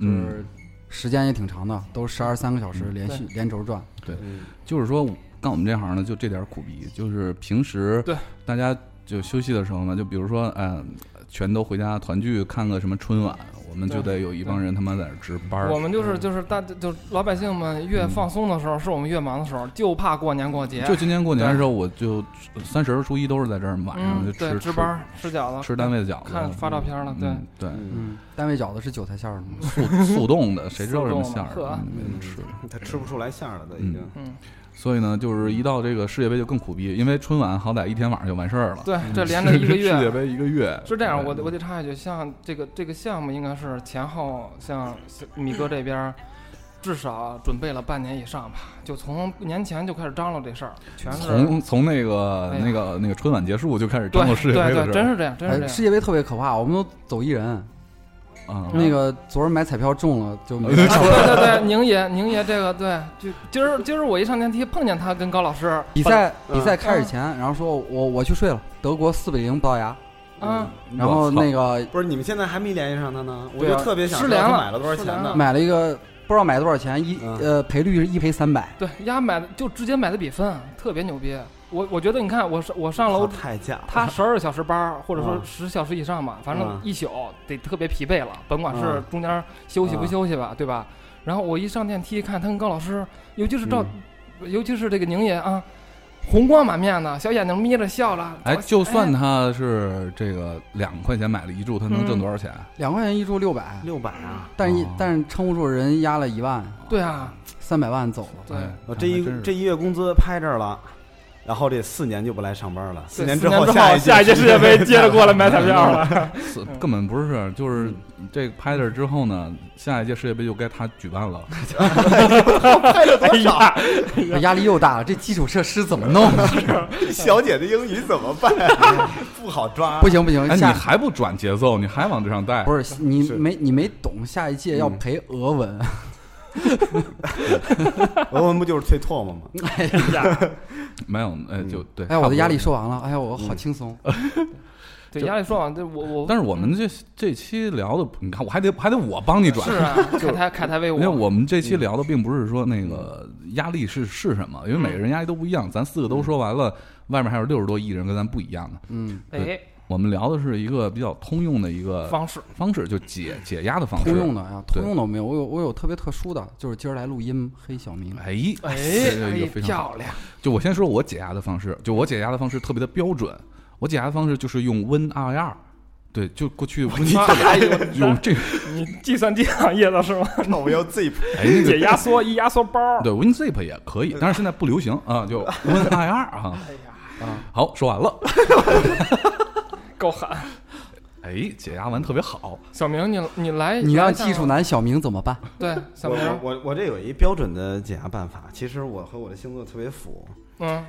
Speaker 3: 嗯
Speaker 2: 是时间也挺长的，都十二三个小时连续连轴转。
Speaker 1: 嗯，
Speaker 3: 就是说干我们这行呢，就这点儿苦逼，就是平时
Speaker 4: 对
Speaker 3: 大家就休息的时候呢，就比如说嗯、全都回家团聚看个什么春晚，我们就
Speaker 4: 对
Speaker 3: 得有一帮人他妈在那儿值班儿
Speaker 4: 我。们
Speaker 1: 嗯
Speaker 4: 就是就是大就是老百姓们越放松的时候，是我们越忙的时候，就怕过年过节，
Speaker 3: 就今年过年的时候，我就三十儿初一都是在这儿，晚上
Speaker 4: 嗯
Speaker 3: 就
Speaker 4: 对
Speaker 3: 吃
Speaker 4: 值班儿吃饺子，
Speaker 3: 吃单位的饺子，
Speaker 4: 看发照片了，对，
Speaker 3: 嗯对，
Speaker 1: 嗯，
Speaker 2: 嗯，单位饺子是韭菜馅儿的吗？
Speaker 3: 速速冻的，谁知道什么
Speaker 4: 速冻
Speaker 3: 馅
Speaker 4: 的
Speaker 3: 儿
Speaker 4: 呵
Speaker 3: 的，嗯没人吃。
Speaker 1: 他吃不出来馅儿了，都已经。
Speaker 4: 嗯，
Speaker 3: 所以呢，就是一到这个世界杯就更苦逼，因为春晚好歹一天晚上就完事儿了。
Speaker 4: 对，这 连着一个
Speaker 3: 世界
Speaker 4: 月。
Speaker 3: 杯一个月
Speaker 4: 是这样，我得我得插一句，像这个这个项目应该是前后像米哥这边儿，至少准备了半年以上吧，就从年前就开始张罗这事儿，全是
Speaker 3: 从从那个、
Speaker 4: 哎呀
Speaker 3: 那个那个春晚结束就开始张罗
Speaker 4: 对
Speaker 3: 世界杯
Speaker 4: 对
Speaker 3: 的
Speaker 4: 对，
Speaker 3: 事
Speaker 4: 真
Speaker 3: 儿
Speaker 4: 是这样，真是这
Speaker 2: 哎，
Speaker 4: 样
Speaker 2: 世。界杯特别可怕，我们都走一人。
Speaker 1: 哦
Speaker 3: 啊，
Speaker 4: 嗯
Speaker 2: 那个昨儿买彩票中了就 没
Speaker 4: 啊，对对对，宁爷，宁爷这个对，就今儿今儿我一上电梯碰见他跟高老师
Speaker 2: 比赛
Speaker 1: 嗯
Speaker 2: 比赛开始前，然后说我我去睡了，德国四比零葡萄牙，
Speaker 4: 啊，
Speaker 2: 然后
Speaker 3: 我操
Speaker 2: 那个
Speaker 1: 不是，你们现在还没联系上他呢，我
Speaker 2: 对
Speaker 1: 就
Speaker 2: 啊
Speaker 1: 特别想
Speaker 4: 失
Speaker 1: 知道
Speaker 4: 联
Speaker 1: 他
Speaker 4: 了
Speaker 1: 买了多少
Speaker 4: 失
Speaker 1: 钱
Speaker 4: 联
Speaker 1: 呢
Speaker 4: 了？
Speaker 2: 买了一个不知道买多少钱，一
Speaker 1: 嗯
Speaker 2: 呃赔率是一赔三百，
Speaker 4: 对，丫买的就直接买的比分，特别牛逼。我我觉得你看我上我上楼
Speaker 1: 他，太假了，
Speaker 3: 啊
Speaker 4: 他十二小时班儿或者说
Speaker 1: 嗯
Speaker 4: 十小时以上吧，反正
Speaker 1: 嗯
Speaker 4: 一宿得特别疲惫了，甭管是
Speaker 3: 啊
Speaker 1: 嗯
Speaker 4: 中间休息不
Speaker 1: 嗯
Speaker 4: 休息吧，对吧？然后我一上电梯看他跟高老师，尤其是赵，
Speaker 3: 嗯
Speaker 4: 尤其是这个宁爷啊，红光满面的小眼睛眯着笑了。
Speaker 3: 哎，
Speaker 4: 早
Speaker 3: 就算他是这个两块钱买了一注，他
Speaker 2: 嗯
Speaker 3: 能挣多少钱？
Speaker 2: 两块钱一注六百，
Speaker 1: 六百啊！
Speaker 2: 但一
Speaker 3: 哦
Speaker 2: 但是撑不住人压了一万，
Speaker 4: 对啊，
Speaker 2: 三百万走了。
Speaker 4: 对。
Speaker 3: 哎
Speaker 1: 我哦这一
Speaker 3: 还真是
Speaker 1: 这一月工资拍这儿了，然后这四年就不来上班了，四年之
Speaker 4: 后
Speaker 1: 后一
Speaker 4: 下
Speaker 1: 届
Speaker 4: 世界杯 接着过来买彩票了。嗯
Speaker 3: 四根本不是，就是这个拍的之后呢，下一届世界杯就该他举办了。
Speaker 1: 拍了多少？
Speaker 2: 压力又大了，这基础设施怎么弄？啊
Speaker 1: 小姐的英语怎么办？ 不好抓
Speaker 2: 不。行不行
Speaker 3: 哎，，你
Speaker 2: 下
Speaker 3: 还不转节奏，你还往这上带？
Speaker 2: 不是你
Speaker 1: 是
Speaker 2: 没你没懂，下一届要
Speaker 3: 嗯
Speaker 2: 赔俄文。
Speaker 1: 俄文不就是吹唾沫吗？
Speaker 2: 哎
Speaker 3: 没有，哎，就
Speaker 1: 嗯
Speaker 3: 对。
Speaker 2: 呀，我的压力
Speaker 3: 差不
Speaker 2: 说
Speaker 3: 多嗯呃
Speaker 2: 完了，哎呀，我好轻松。
Speaker 4: 对，
Speaker 3: 就
Speaker 4: 压力说完，这我我
Speaker 3: 但是我们这这期聊的，你看我还得还得我帮你转
Speaker 4: 是。啊， 凯台凯台为
Speaker 3: 因为
Speaker 4: 我，
Speaker 3: 我们这
Speaker 4: 嗯
Speaker 3: 期聊的并不是说那个压力是是什么，因为每个人压力都不一样。咱四个都
Speaker 4: 嗯
Speaker 3: 说完了，外面还有六十多亿人跟咱不一样的。
Speaker 2: 嗯，
Speaker 4: 哎，
Speaker 3: 我们聊的是一个比较通用的一个
Speaker 4: 方式
Speaker 3: 方式，就解解压的方式。
Speaker 2: 通用的哎呀，
Speaker 3: 对
Speaker 2: 通用的我没有，我有我有特别特殊的，就是今儿来录音黑小明。
Speaker 3: 哎，
Speaker 4: 哎
Speaker 3: 这个一个
Speaker 4: 哎
Speaker 3: 非常好
Speaker 4: 漂亮，
Speaker 3: 就我先说我解压的方式，就我解压的方式特别的标准。我解压的方式就是用 WinRAR 对，就过去 温
Speaker 4: 妈还有
Speaker 3: 用这个，
Speaker 4: 哎你计算机行业的是吗？
Speaker 1: 那 我们要 zip
Speaker 3: 哎，那
Speaker 4: 解
Speaker 3: 个
Speaker 4: 压缩一压缩包，
Speaker 3: 对 WinZip 也可以，但是现在不流行啊，就 WinIR 啊。
Speaker 4: 哎
Speaker 3: 啊，好，说完了。
Speaker 4: 够狠！
Speaker 3: 哎，解压完特别好，
Speaker 4: 小明，你你来，
Speaker 2: 你
Speaker 4: 来
Speaker 2: 让
Speaker 4: 一下
Speaker 2: 技术
Speaker 4: 吧
Speaker 2: 男小明怎么办？
Speaker 4: 对小
Speaker 1: 我我
Speaker 4: 明，
Speaker 1: 我我这有一标准的解压办法，其实我和我的星座特别符。
Speaker 4: 嗯，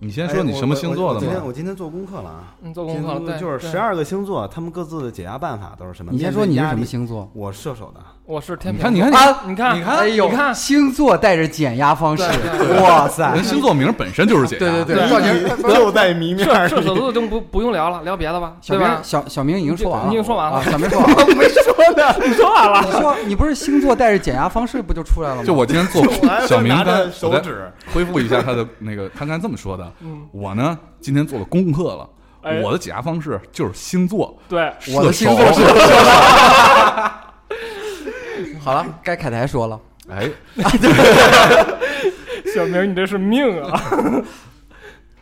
Speaker 3: 你先说你什么星
Speaker 1: 哎
Speaker 3: 座
Speaker 1: 哎我我我今
Speaker 3: 的
Speaker 1: 天
Speaker 3: 嘛？
Speaker 1: 我今天做功课了啊，
Speaker 4: 你做功课了
Speaker 1: 今天
Speaker 4: 对
Speaker 1: 就是
Speaker 4: 对
Speaker 1: 十二个星座，他们各自的解压办法都是什么？
Speaker 2: 你先说你是什
Speaker 1: 面
Speaker 2: 么
Speaker 1: 对压力？
Speaker 2: 星座？
Speaker 1: 我射手的，
Speaker 4: 我是天
Speaker 3: 你看，
Speaker 4: 平座，
Speaker 3: 你看，你
Speaker 2: 啊
Speaker 4: 你看，
Speaker 3: 你看
Speaker 2: 哎呦，
Speaker 4: 你看
Speaker 2: 星座带着减压方式，
Speaker 4: 对
Speaker 2: 哇 塞！
Speaker 3: 人星座名本身就是解压。
Speaker 2: 对对
Speaker 4: 对
Speaker 2: 造型
Speaker 1: 就在谜面
Speaker 4: 射
Speaker 1: 儿
Speaker 4: 射 手
Speaker 1: 里。
Speaker 4: 座就不不用聊了，聊别的吧，
Speaker 2: 小
Speaker 4: 对吧
Speaker 2: 明？小小明已经说完了，
Speaker 4: 你已经说完了
Speaker 2: 啊小明说完了，
Speaker 1: 没说呢，
Speaker 4: 说完了，
Speaker 2: 你说你不是星座带着减压方式不就出来了吗？
Speaker 3: 就我今天 做小明
Speaker 1: 拿
Speaker 3: 单
Speaker 1: 着，手
Speaker 3: 我再
Speaker 1: 指
Speaker 3: 恢复一下他的那个，他刚才这么 说的。
Speaker 4: 嗯，
Speaker 3: 我呢，今天做了功课了，
Speaker 4: 哎
Speaker 3: 我的解压方式就是星座。
Speaker 4: 对，
Speaker 2: 我的
Speaker 3: 射
Speaker 2: 星座
Speaker 3: 手
Speaker 2: 是。 好了，该凯台说了，
Speaker 3: 哎
Speaker 4: 小明，你这是命啊！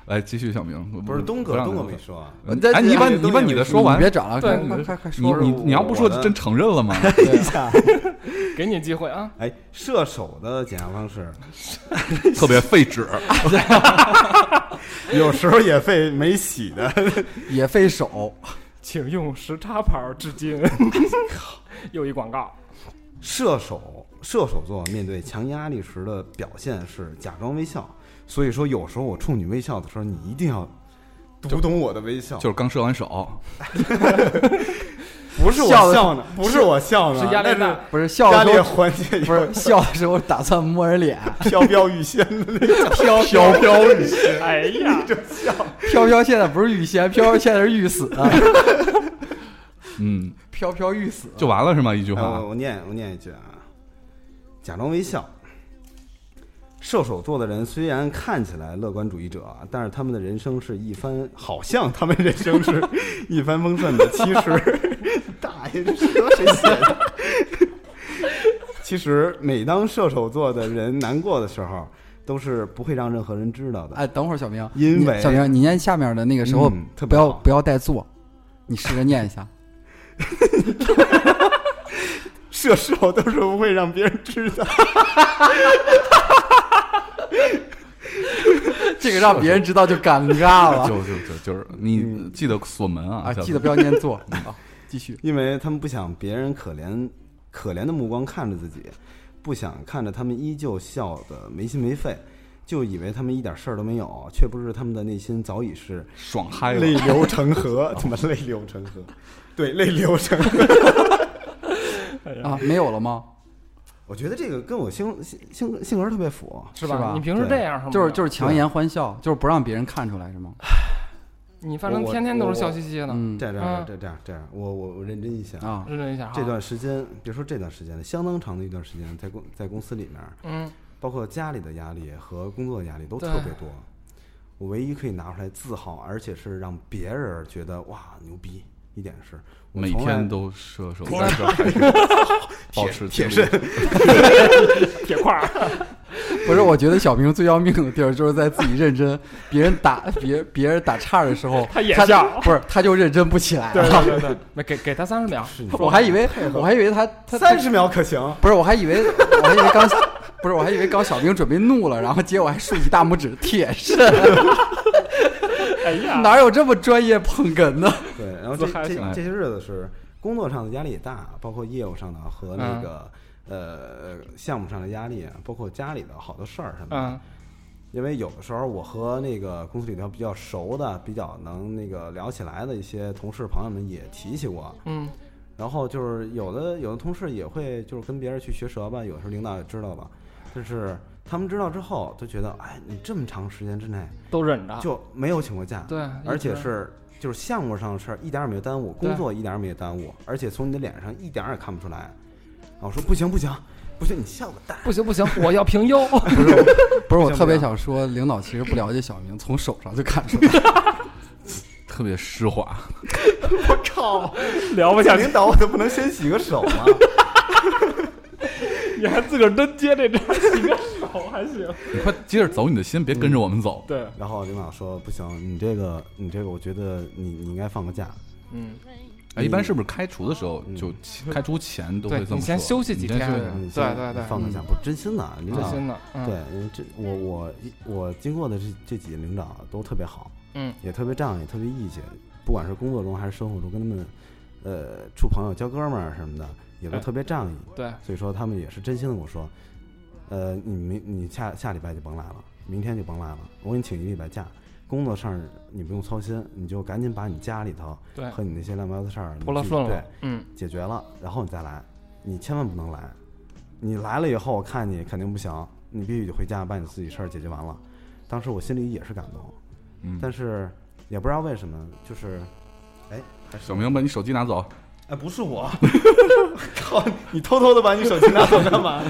Speaker 3: 来哎继续，小明
Speaker 1: 嗯不是东
Speaker 3: 不
Speaker 1: 哥，
Speaker 3: 让
Speaker 1: 东
Speaker 3: 他
Speaker 1: 哥
Speaker 3: 说
Speaker 1: 没说。啊
Speaker 3: 哎，你把
Speaker 1: 东
Speaker 3: 你
Speaker 1: 哥
Speaker 3: 把
Speaker 1: 也
Speaker 3: 你的
Speaker 1: 没
Speaker 3: 说完
Speaker 2: 你，别找了，
Speaker 4: 对
Speaker 2: 快快
Speaker 4: 你
Speaker 2: 快快
Speaker 3: 你
Speaker 2: 说。
Speaker 3: 你你要不说
Speaker 1: 我的
Speaker 3: 就真承认 了吗？
Speaker 1: 等一下，
Speaker 4: 给你机会啊！
Speaker 1: 哎，射手的解压方式
Speaker 3: 特别费纸，
Speaker 1: 有时候也费没洗的，
Speaker 2: 也费手，
Speaker 4: 请用时差牌致敬。 又一广告，
Speaker 1: 射手射手座面对强压力时的表现是假装微笑，所以说有时候我冲你微笑的时候，你一定要读懂我的微笑，
Speaker 3: 就是刚射完手，
Speaker 1: 不是我
Speaker 2: 笑的
Speaker 1: 笑呢，不是我笑呢，
Speaker 4: 是压力
Speaker 1: 但
Speaker 4: 大，
Speaker 2: 不是
Speaker 1: 是
Speaker 2: 笑的
Speaker 1: 压
Speaker 2: 时
Speaker 1: 力
Speaker 2: 候
Speaker 1: 缓解，
Speaker 2: 不是笑的时候打算摸人脸，
Speaker 1: 飘飘欲仙的那种，
Speaker 2: 飘飘飘
Speaker 4: 哎呀，
Speaker 2: 飘飘现在不是欲仙，飘飘现在是欲死，
Speaker 3: 嗯，
Speaker 2: 飘飘欲死。
Speaker 3: 就完了是吗？一句
Speaker 1: 哎我
Speaker 3: 话，
Speaker 1: 我念我念一句啊，假装微笑。射手座的人虽然看起来乐观主义者啊，但是他们的人生是一帆，好像他们人生 是一帆风顺的。其实，大爷，这说谁写的？ 其实，每当射手座的人难过的时候，都是不会让任何人知道的。
Speaker 2: 哎，等会儿小明，
Speaker 1: 因为
Speaker 2: 你小明，你念下面的那个时候
Speaker 1: 嗯特别
Speaker 2: 不要
Speaker 1: 好
Speaker 2: 不要带坐，你试着念一下。
Speaker 1: 射手都是不会让别人知道。
Speaker 2: 这个让别人知道就尴尬 了
Speaker 3: 就就就就是你记得锁门啊
Speaker 2: 啊！，
Speaker 3: 小
Speaker 2: 记得不要念错啊！继 续，
Speaker 1: 因为他们不想别人可怜可怜的目光看着自己，不想看着他们依旧笑得没心没肺，就以为他们一点事儿都没有，却不知他们的内心早已是
Speaker 3: 爽嗨
Speaker 1: 泪
Speaker 3: 了。
Speaker 1: 流成河，怎么泪流成河？对，泪流成河。
Speaker 2: 啊，没有了吗？
Speaker 1: 我觉得这个跟我性性性性格特别符，
Speaker 2: 是
Speaker 4: 是
Speaker 2: 吧
Speaker 4: 吧？你平时这样是吗？
Speaker 2: 就是就是强颜欢笑，就是不让别人看出来，是吗？
Speaker 4: 你反正天天都是笑嘻嘻的。
Speaker 2: 嗯
Speaker 1: 这样这样
Speaker 4: 嗯
Speaker 1: 这样这样这样，我我我认真一下。
Speaker 2: 啊，
Speaker 4: 认真一下哈，
Speaker 1: 这段时间，别说这段时间了，相当长的一段时间，在公在公司里面，
Speaker 4: 嗯，
Speaker 1: 包括家里的压力和工作的压力都
Speaker 4: 对
Speaker 1: 特别多。我唯一可以拿出来自豪，而且是让别人觉得哇牛逼一点是，我
Speaker 3: 每
Speaker 1: 从来
Speaker 3: 天都射手，但是还是保持
Speaker 1: 铁
Speaker 3: 自律
Speaker 4: 铁块儿，
Speaker 2: 不是，我觉得小明最要命的地儿就是在自己认真，别人打 别别人打岔的时候，
Speaker 4: 他也
Speaker 2: 他
Speaker 4: 笑
Speaker 2: 不是，他就认真不起来
Speaker 4: 对
Speaker 2: 了。
Speaker 4: 对对对，没给给他三十秒，
Speaker 2: 我还以为我还以为他他
Speaker 1: 三十秒可行，
Speaker 2: 不是，我还以为我还以为刚 不是，我还以为刚小明准备怒了，然后结果还竖起大拇指，铁 是
Speaker 4: 哎呀，
Speaker 2: 哪有这么专业捧哏的？
Speaker 1: 对，然后
Speaker 4: 自
Speaker 1: 这
Speaker 4: 嗨
Speaker 1: 这
Speaker 4: 起
Speaker 3: 来
Speaker 1: 这些日子是工作上的压力也大，包括业务上的和那个、呃项目上的压力，啊包括家里的好多事儿什么的。
Speaker 4: 嗯
Speaker 1: 因为有的时候我和那个公司里头比较熟的、比较能那个聊起来的一些同事朋友们也提起过，
Speaker 4: 嗯，
Speaker 1: 然后就是有的有的同事也会就是跟别人去学舌吧，有时候领导也知道吧，就是他们知道之后都觉得，哎，你这么长时间之内
Speaker 4: 都忍着，
Speaker 1: 就没有请过假，
Speaker 4: 对
Speaker 1: 而且
Speaker 4: 一直
Speaker 1: 是就是项目上的事儿一点儿也没有耽误，
Speaker 4: 对
Speaker 1: 工作一点儿也没有耽误，而且从你的脸上一点儿也看不出来。然后我说不行不行不行，你笑个蛋，
Speaker 4: 不行不行，我要评 优。
Speaker 2: 不是，我不是，我
Speaker 1: 不行
Speaker 2: 特别
Speaker 1: 不行
Speaker 2: 想说，领导其实不了解小明，从手上就看出来。
Speaker 3: 特别湿滑。
Speaker 1: 我靠，
Speaker 4: 聊不下去，
Speaker 1: 领 导我都不能先洗个手吗？
Speaker 4: 你还自个儿真接这招，洗个手还行。
Speaker 3: 你快接着走你的心，别跟着我们走。
Speaker 4: 对，
Speaker 1: 然后领导说不行，你这个你这个，我觉得你你应该放个假。
Speaker 4: 嗯，
Speaker 3: 哎，一般是不是开除的时候
Speaker 1: 嗯
Speaker 3: 就开除前都会
Speaker 4: 对
Speaker 3: 这么说？
Speaker 4: 你先休息几
Speaker 3: 你先
Speaker 4: 天
Speaker 3: 休息
Speaker 4: 对
Speaker 1: 你
Speaker 4: 对
Speaker 1: 先
Speaker 4: 对对
Speaker 1: 放得下，不嗯真心的，啊领
Speaker 4: 最
Speaker 1: 导
Speaker 4: 新的，嗯，
Speaker 1: 对，因为这我我我经过的这这几个领导都特别好，
Speaker 4: 嗯，
Speaker 1: 也特别仗义，特别义气，不管是工作中还是生活中，跟他们呃处朋友、交哥们儿什么的，也都
Speaker 4: 哎
Speaker 1: 特别仗义，
Speaker 4: 对，
Speaker 1: 所以说他们也是真心的跟我说，呃，你明你下下礼拜就甭来了，明天就甭来了，我给你请一礼拜假。工作上你不用操心，你就赶紧把你家里头
Speaker 4: 对
Speaker 1: 和你那些乱七八糟的事儿
Speaker 4: 扑了
Speaker 1: 你去
Speaker 4: 顺
Speaker 1: 对
Speaker 4: 了，嗯，
Speaker 1: 解决了，然后你再来，你千万不能来。你来了以后，我看你肯定不行，你必须得回家把你自己事儿解决完了。当时我心里也是感动，
Speaker 3: 嗯，
Speaker 1: 但是也不知道为什么，就是，哎，还是
Speaker 3: 小明把你手机拿走，
Speaker 1: 哎，不是 我，靠，你偷偷的把你手机拿走干嘛？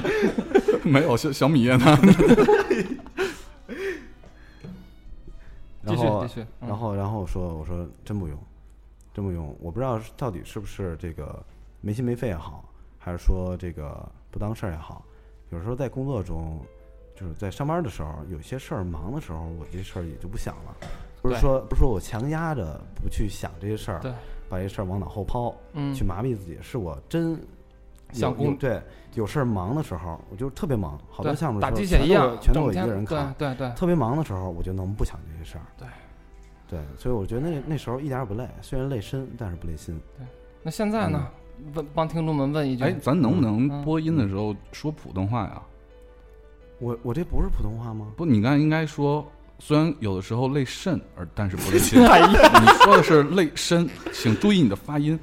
Speaker 3: 没有小小米呢？那
Speaker 4: 继
Speaker 1: 然
Speaker 4: 续
Speaker 1: 后
Speaker 4: 继，续，嗯
Speaker 1: 然后，然后我说，我说真不用，真不用，我不知道是到底是不是这个没心没肺也好，还是说这个不当事儿也好，有时候在工作中，就是在上班的时候，有些事儿忙的时候，我这事儿也就不想了。不是
Speaker 4: 对
Speaker 1: 说不是说我强压着不去想这些事儿
Speaker 4: 对，
Speaker 1: 把这事儿往脑后抛，
Speaker 4: 嗯，
Speaker 1: 去麻痹自己，是我真有
Speaker 4: 想
Speaker 1: 有
Speaker 4: 工
Speaker 1: 对有事儿忙的时候，我就特别忙，好多
Speaker 4: 对
Speaker 1: 项目的
Speaker 4: 打
Speaker 1: 时候
Speaker 4: 鸡血
Speaker 1: 全
Speaker 4: 一
Speaker 1: 都
Speaker 4: 样
Speaker 1: 我，全都我一
Speaker 4: 整天
Speaker 1: 个人扛，
Speaker 4: 对 对对，
Speaker 1: 特别忙的时候，我就能不想这些事儿。
Speaker 4: 对，
Speaker 1: 对，所以我觉得那那时候一点儿也不累，虽然累身，但是不累心。
Speaker 4: 那现在呢？
Speaker 1: 嗯
Speaker 4: 问帮听众们问一句，
Speaker 3: 哎，咱能不能
Speaker 4: 嗯
Speaker 3: 播音的时候说普通话呀？
Speaker 1: 我我这不是普通话吗？
Speaker 3: 不，你刚才应该说，虽然有的时候累肾，而但是不累心。你说的是累身，请注意你的发音。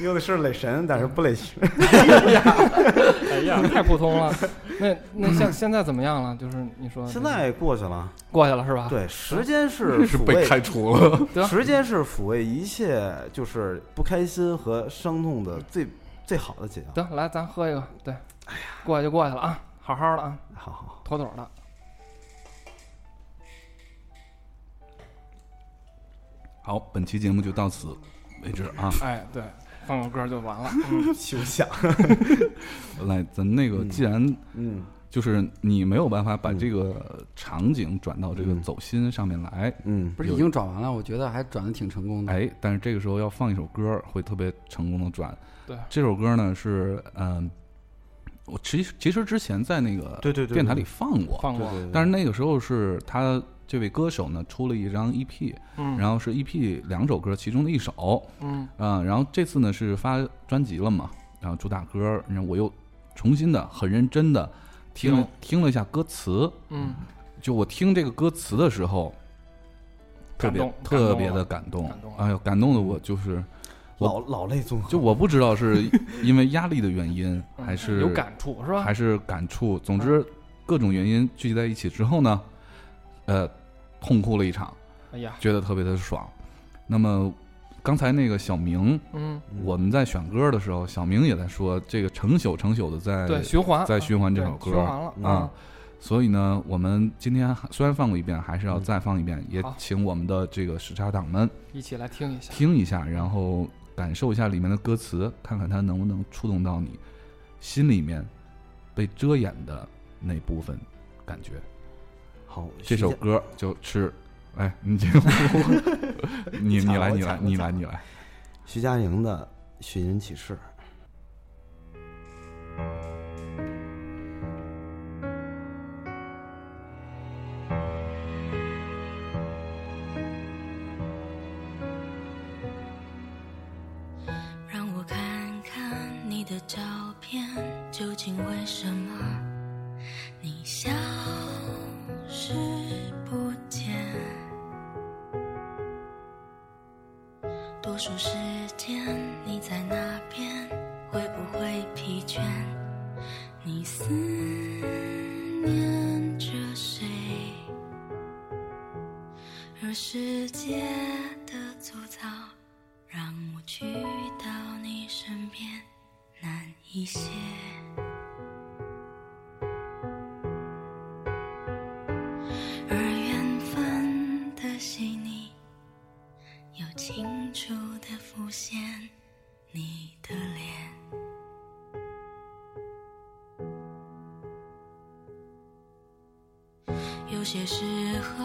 Speaker 1: 有的是累神，但是不累 心。
Speaker 4: 哎呀，太普通 了。那那现现在怎么样了？就是你说
Speaker 1: 现在过去了，
Speaker 4: 过去了是吧？
Speaker 1: 对，时间 是
Speaker 3: 是
Speaker 1: 抚
Speaker 3: 被
Speaker 1: 慰，
Speaker 3: 开除了。
Speaker 4: 对啊
Speaker 1: 时间是抚慰一切就是不开心和伤痛的最最好的解药。
Speaker 4: 得来咱喝一个，对，过去就过去了啊，好好的啊，
Speaker 1: 好好好，
Speaker 4: 妥妥的。
Speaker 3: 好，本期节目就到此为止啊。
Speaker 4: 哎，对，放个歌就完了。
Speaker 1: 休想。
Speaker 3: 来，咱那个，既然
Speaker 1: 嗯
Speaker 3: 就是你没有办法把这个场景转到这个
Speaker 1: 嗯
Speaker 3: 走心上面来，
Speaker 1: 嗯，
Speaker 2: 不是已经转完了？我觉得还转的挺成功的。
Speaker 3: 哎，但是这个时候要放一首歌，会特别成功的转。
Speaker 4: 对
Speaker 3: 这首歌呢是嗯、我其实其实之前在那个
Speaker 1: 对对对，
Speaker 3: 电台里放过，
Speaker 4: 放
Speaker 1: 对，
Speaker 4: 过
Speaker 1: 对，对
Speaker 3: 但是那个时候是他这位歌手呢出了一张 EP，
Speaker 4: 嗯，
Speaker 3: 然后是 EP 两首歌其中的一首，
Speaker 4: 嗯，
Speaker 3: 啊、然后这次呢是发专辑了嘛，然后主打歌，然后我又重新的很认真的听了听了一下歌词，
Speaker 4: 嗯，
Speaker 3: 就我听这个歌词的时候，特
Speaker 4: 感
Speaker 3: 别
Speaker 4: 动
Speaker 3: 特别的感动
Speaker 4: 感动，了
Speaker 3: 哎呦，感动的我就是，
Speaker 1: 老老泪纵横。
Speaker 3: 就我不知道是 因为压力的原因，
Speaker 4: 嗯
Speaker 3: 还是
Speaker 4: 有感触是吧？嗯
Speaker 3: 还是感触，总之各种原因聚集在一起之后呢，呃，痛哭了一场，
Speaker 4: 哎呀，
Speaker 3: 觉得特别的爽。那么刚才那个小明。
Speaker 4: 嗯，
Speaker 1: 嗯
Speaker 3: 我们在选歌的时候，小明也在说这个成宿成宿的
Speaker 4: 对，
Speaker 3: 在，
Speaker 4: 循环啊
Speaker 3: 在循环这
Speaker 4: 对
Speaker 3: 首歌
Speaker 4: 循环了嗯
Speaker 3: 啊，所以呢，我们今天还虽然放过一遍，还是要再放一遍，也
Speaker 4: 好
Speaker 3: 请我们的这个时差党们
Speaker 4: 一起来听一下。
Speaker 3: 听一下，然后感受一下里面的歌词，看看它能不能触动到你心里面被遮掩的那部分感觉。
Speaker 1: 好，
Speaker 3: 这首
Speaker 1: 时间
Speaker 3: 歌就是，哎，你这，你你来，你来，你来，你来，
Speaker 1: 徐佳莹的《寻人启事》。
Speaker 5: 让我看看你的照片，究竟为什么你消失不见？多数时间你在那边，会不会疲倦？你思念着谁？而世界的粗糙。让我去到你身边难一些。而缘分的细腻，又清楚地浮现你的脸。有些时候，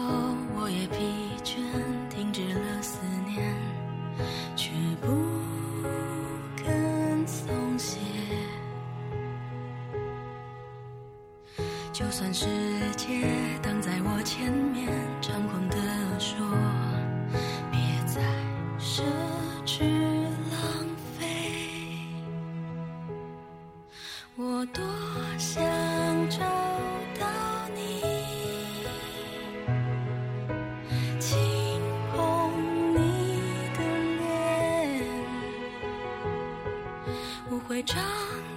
Speaker 5: 我也疲倦，停止了思念。却不肯松懈。就算世界挡在我前面，猖狂地说，别再奢侈浪费。我多想找到你，轻捧你的脸，我会张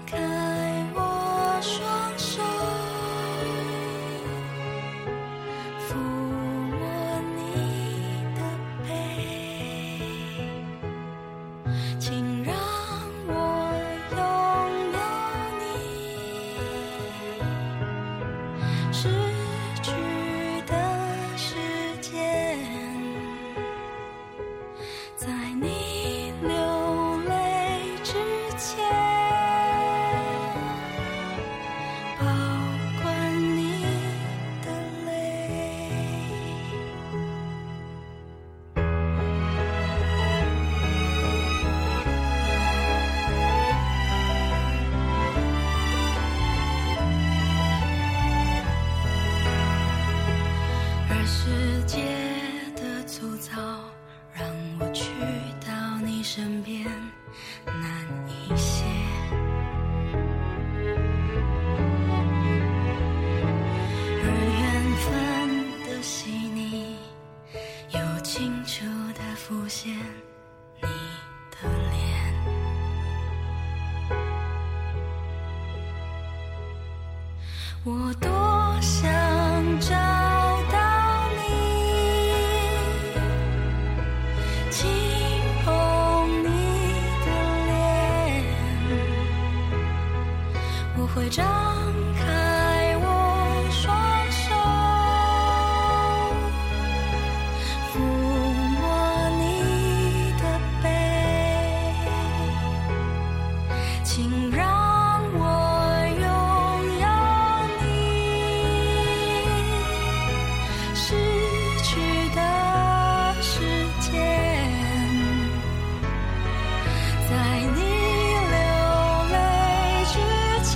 Speaker 5: 开我双手，抚摸你的背，请让我拥有你，逝去的时间。在你流泪之前，保管你的泪。而世界的粗糙让我去到你身边难一些。而缘分的细腻，又清楚地浮现你的脸。我多想找到你，轻捧你的脸，我会张开我双手，抚摸你的背。请让我拥有你逝去的时间，在你流泪之前，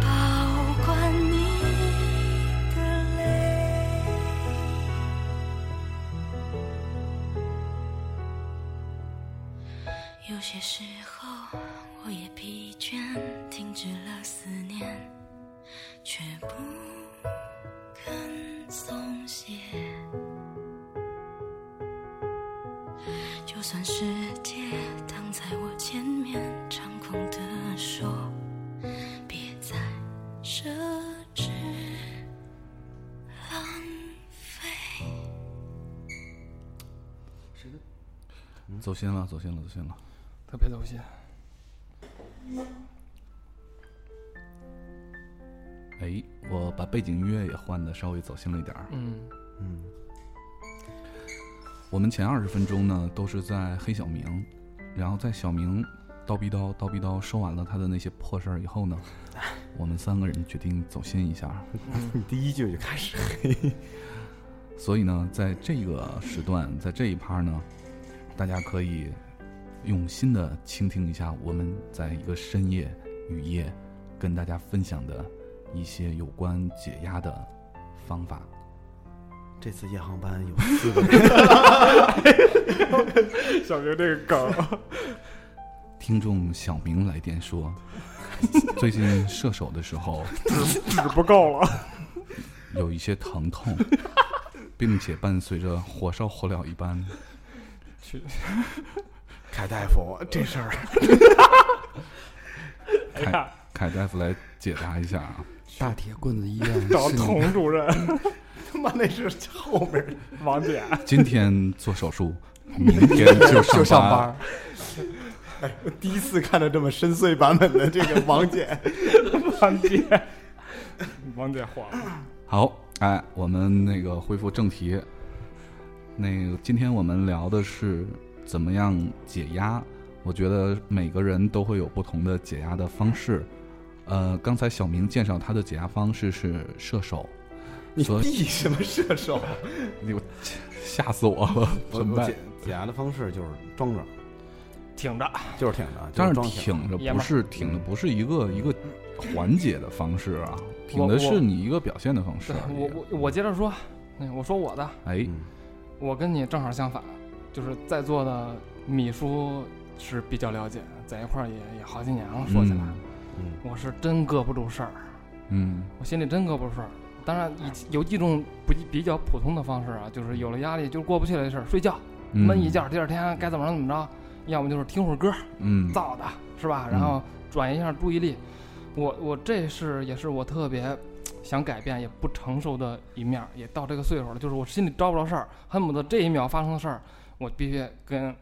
Speaker 5: 保管你的泪。有些时候，我也疲倦，停止了思念，却不肯松懈。就算世界挡在我前面，猖狂地说，别再奢侈浪费。
Speaker 3: 走心了，走心了，走心了。
Speaker 4: 特别走心。
Speaker 3: 哎，我把背景音乐也换的稍微走心了一点儿。
Speaker 4: 嗯，
Speaker 1: 嗯，
Speaker 3: 我们前二十分钟呢都是在黑小明，然后在小明叨逼叨叨逼叨说完了他的那些破事儿以后呢，我们三个人决定走心一下。
Speaker 1: 你 第一句就开始黑，
Speaker 3: 所以呢，在这个时段，在这一趴呢，大家可以用心的倾听一下我们在一个深夜雨夜跟大家分享的一些有关解压的方法。
Speaker 1: 这次夜航班有四个人，
Speaker 4: 小明这个梗，
Speaker 3: 听众小明来电说，最近射手的时候
Speaker 4: 纸不够了。
Speaker 3: 有一些疼痛，并且伴随着火烧火燎一般。
Speaker 4: 去，
Speaker 1: 凯大夫这事儿
Speaker 4: 哎呀，
Speaker 3: 凯大夫来解答一下啊，
Speaker 2: 大铁棍子医院
Speaker 4: 找
Speaker 2: 是你
Speaker 4: 童主任
Speaker 1: 他妈那是后面
Speaker 4: 王姐，
Speaker 3: 今天做手术，明天就
Speaker 2: 就上班儿。
Speaker 3: 班
Speaker 1: 第一次看到这么深邃版本的这个王 姐，
Speaker 4: 王姐，王姐火了。
Speaker 3: 好，哎，我们那个恢复正题，那个今天我们聊的是怎么样解压。我觉得每个人都会有不同的解压的方式。呃，刚才小明介绍他的解压方式是射手，
Speaker 1: 你
Speaker 3: 所以
Speaker 1: 递什么射手？啊
Speaker 3: 你我吓死我了，
Speaker 1: 我
Speaker 3: 怎么
Speaker 1: 我
Speaker 3: 办
Speaker 1: 解？解压的方式就是装着，
Speaker 4: 挺着，
Speaker 1: 就是挺着，就
Speaker 3: 但
Speaker 1: 是
Speaker 3: 是
Speaker 1: 装
Speaker 3: 挺着
Speaker 4: 爷
Speaker 3: 不
Speaker 4: 们儿
Speaker 3: 是挺着不是一个一个缓解的方式啊，挺
Speaker 4: 我
Speaker 3: 的是你一个表现的方式
Speaker 4: 对
Speaker 3: 而已。啊
Speaker 4: 我我我接着说，那我说我的，
Speaker 3: 哎，
Speaker 1: 嗯
Speaker 4: 我跟你正好相反，就是在座的米叔是比较了解，在一块儿也也好几年了，说起来，
Speaker 1: 嗯，
Speaker 4: 我是真搁不住事儿，
Speaker 3: 嗯
Speaker 4: 我心里真搁不住事儿。当然，以有几种不比较普通的方式啊，就是有了压力就是过不去了的事儿，睡觉
Speaker 3: 嗯，
Speaker 4: 闷一觉，第二天该怎么着怎么着，要么就是听会儿歌，
Speaker 3: 嗯，
Speaker 4: 燥的是吧？然后转移一下注意力。我我这是也是我特别想改变也不成熟的一面儿，也到这个岁数了，就是我心里招不着事儿，恨不得这一秒发生的事儿，我必须跟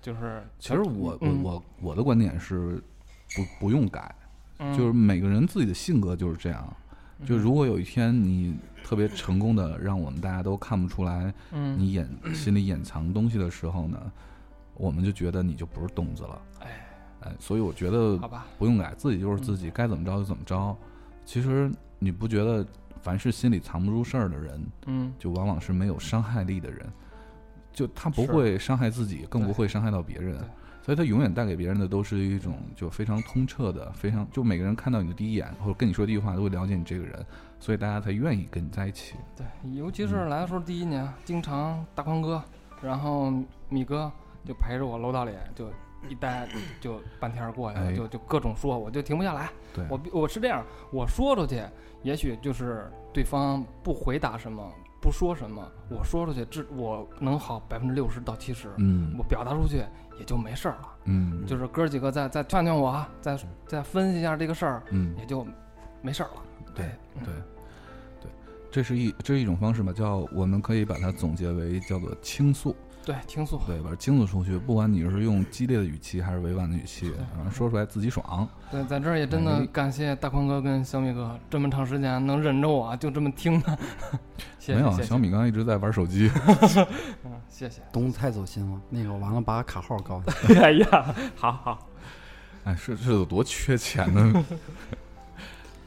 Speaker 4: 就是
Speaker 3: 其实我我
Speaker 4: 嗯
Speaker 3: 我我的观点是不不用改，
Speaker 4: 嗯
Speaker 3: 就是每个人自己的性格就是这样。啊就如果有一天你特别成功的让我们大家都看不出来
Speaker 4: 嗯
Speaker 3: 你掩心里掩藏东西的时候呢，我们就觉得你就不是东子了。
Speaker 4: 哎
Speaker 3: 哎，所以我觉得
Speaker 4: 好吧，
Speaker 3: 不用改，自己就是自己，该怎么着就怎么着。其实你不觉得，凡是心里藏不住事儿的人，
Speaker 4: 嗯
Speaker 3: 就往往是没有伤害力的人，就他不
Speaker 4: 是
Speaker 3: 会伤害自己，更不
Speaker 4: 对
Speaker 3: 会伤害到别人
Speaker 4: 对，
Speaker 3: 所以他永远带给别人的都是一种就非常通彻的，非常就每个人看到你的第一眼或者跟你说第一句话都会了解你这个人，所以大家才愿意跟你在一起。
Speaker 4: 对，尤其
Speaker 3: 嗯
Speaker 4: 是来的时候第一年，经常大宽哥，然后米哥就陪着我楼道里就一待就半天儿过去了，
Speaker 3: 哎
Speaker 4: 就就各种说，我就停不下来。
Speaker 3: 对，
Speaker 4: 我必我是这样，我说出去，也许就是对方不回答什么，不说什么，我说出去，至我能好百分之六十到七十，
Speaker 3: 嗯
Speaker 4: 我表达出去也就没事儿了。
Speaker 3: 嗯
Speaker 4: 就是哥儿几个再再劝劝我啊，再再分析一下这个事儿，
Speaker 3: 嗯，
Speaker 4: 也就没事儿了。
Speaker 3: 对
Speaker 4: 哎嗯
Speaker 3: 对对，这是一这是一种方式吧，叫我们可以把它总结为叫做倾诉。
Speaker 4: 对，倾诉，
Speaker 3: 对，把它倾诉出去，不管你是用激烈的语气还是委婉的语气，反正说出来自己爽。
Speaker 4: 对，在这儿也真的
Speaker 3: 哎
Speaker 4: 感谢大宽哥跟小米哥这么长时间能忍着我，啊就这么听他，谢谢
Speaker 3: 没有，
Speaker 4: 谢谢
Speaker 3: 小米刚刚一直在玩手机。
Speaker 4: 嗯，谢谢。
Speaker 2: 东子太走心了。那个完了，把卡号告诉你。
Speaker 4: 哎呀，好好，
Speaker 3: 哎，是是有多缺钱呢？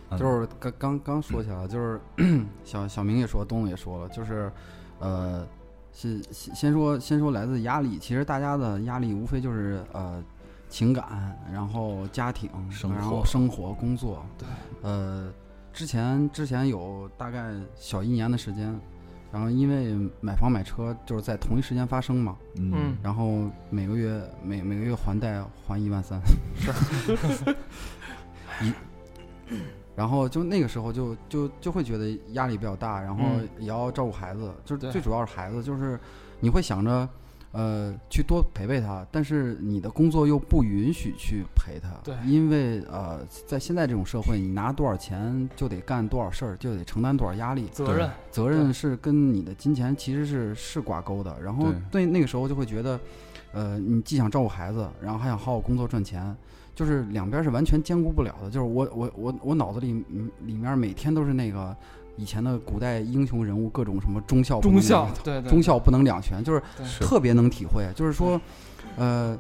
Speaker 3: 嗯
Speaker 2: 就是刚刚刚说起来，就是 小小明也说，东子也说了，就是呃，先先先说先说来自压力，其实大家的压力无非就是呃情感，然后家庭，
Speaker 3: 生
Speaker 2: 然
Speaker 3: 活
Speaker 2: 后生活、工作，
Speaker 4: 对，
Speaker 2: 呃，之前之前有大概小一年的时间，然后因为买房买车就是在同一时间发生嘛，
Speaker 4: 嗯，
Speaker 2: 然后每个月每每个月还贷还一万 三，是，一，然后就那个时候就就就会觉得压力比较大，然后
Speaker 4: 嗯
Speaker 2: 也要照顾孩子，就是
Speaker 4: 对
Speaker 2: 最主要是孩子，就是你会想着。呃，去多陪陪他，但是你的工作又不允许去陪他，
Speaker 4: 对
Speaker 2: 因为呃，在现在这种社会，你拿多少钱就得干多少事儿，就得承担多少压力，
Speaker 4: 责任，
Speaker 2: 责任是跟你的金钱其实是是挂钩的。然后对那个时候就会觉得，呃，你既想照顾孩子，然后还想好好工作赚钱，就是两边是完全兼顾不了的。就是我我我我脑子里嗯里面每天都是那个以前的古代英雄人物各种什么忠孝不能
Speaker 4: 忠孝
Speaker 2: 两，
Speaker 4: 对对，
Speaker 2: 忠孝不能两全，就是
Speaker 4: 对
Speaker 3: 是
Speaker 2: 特别能体会，就是说，
Speaker 4: 嗯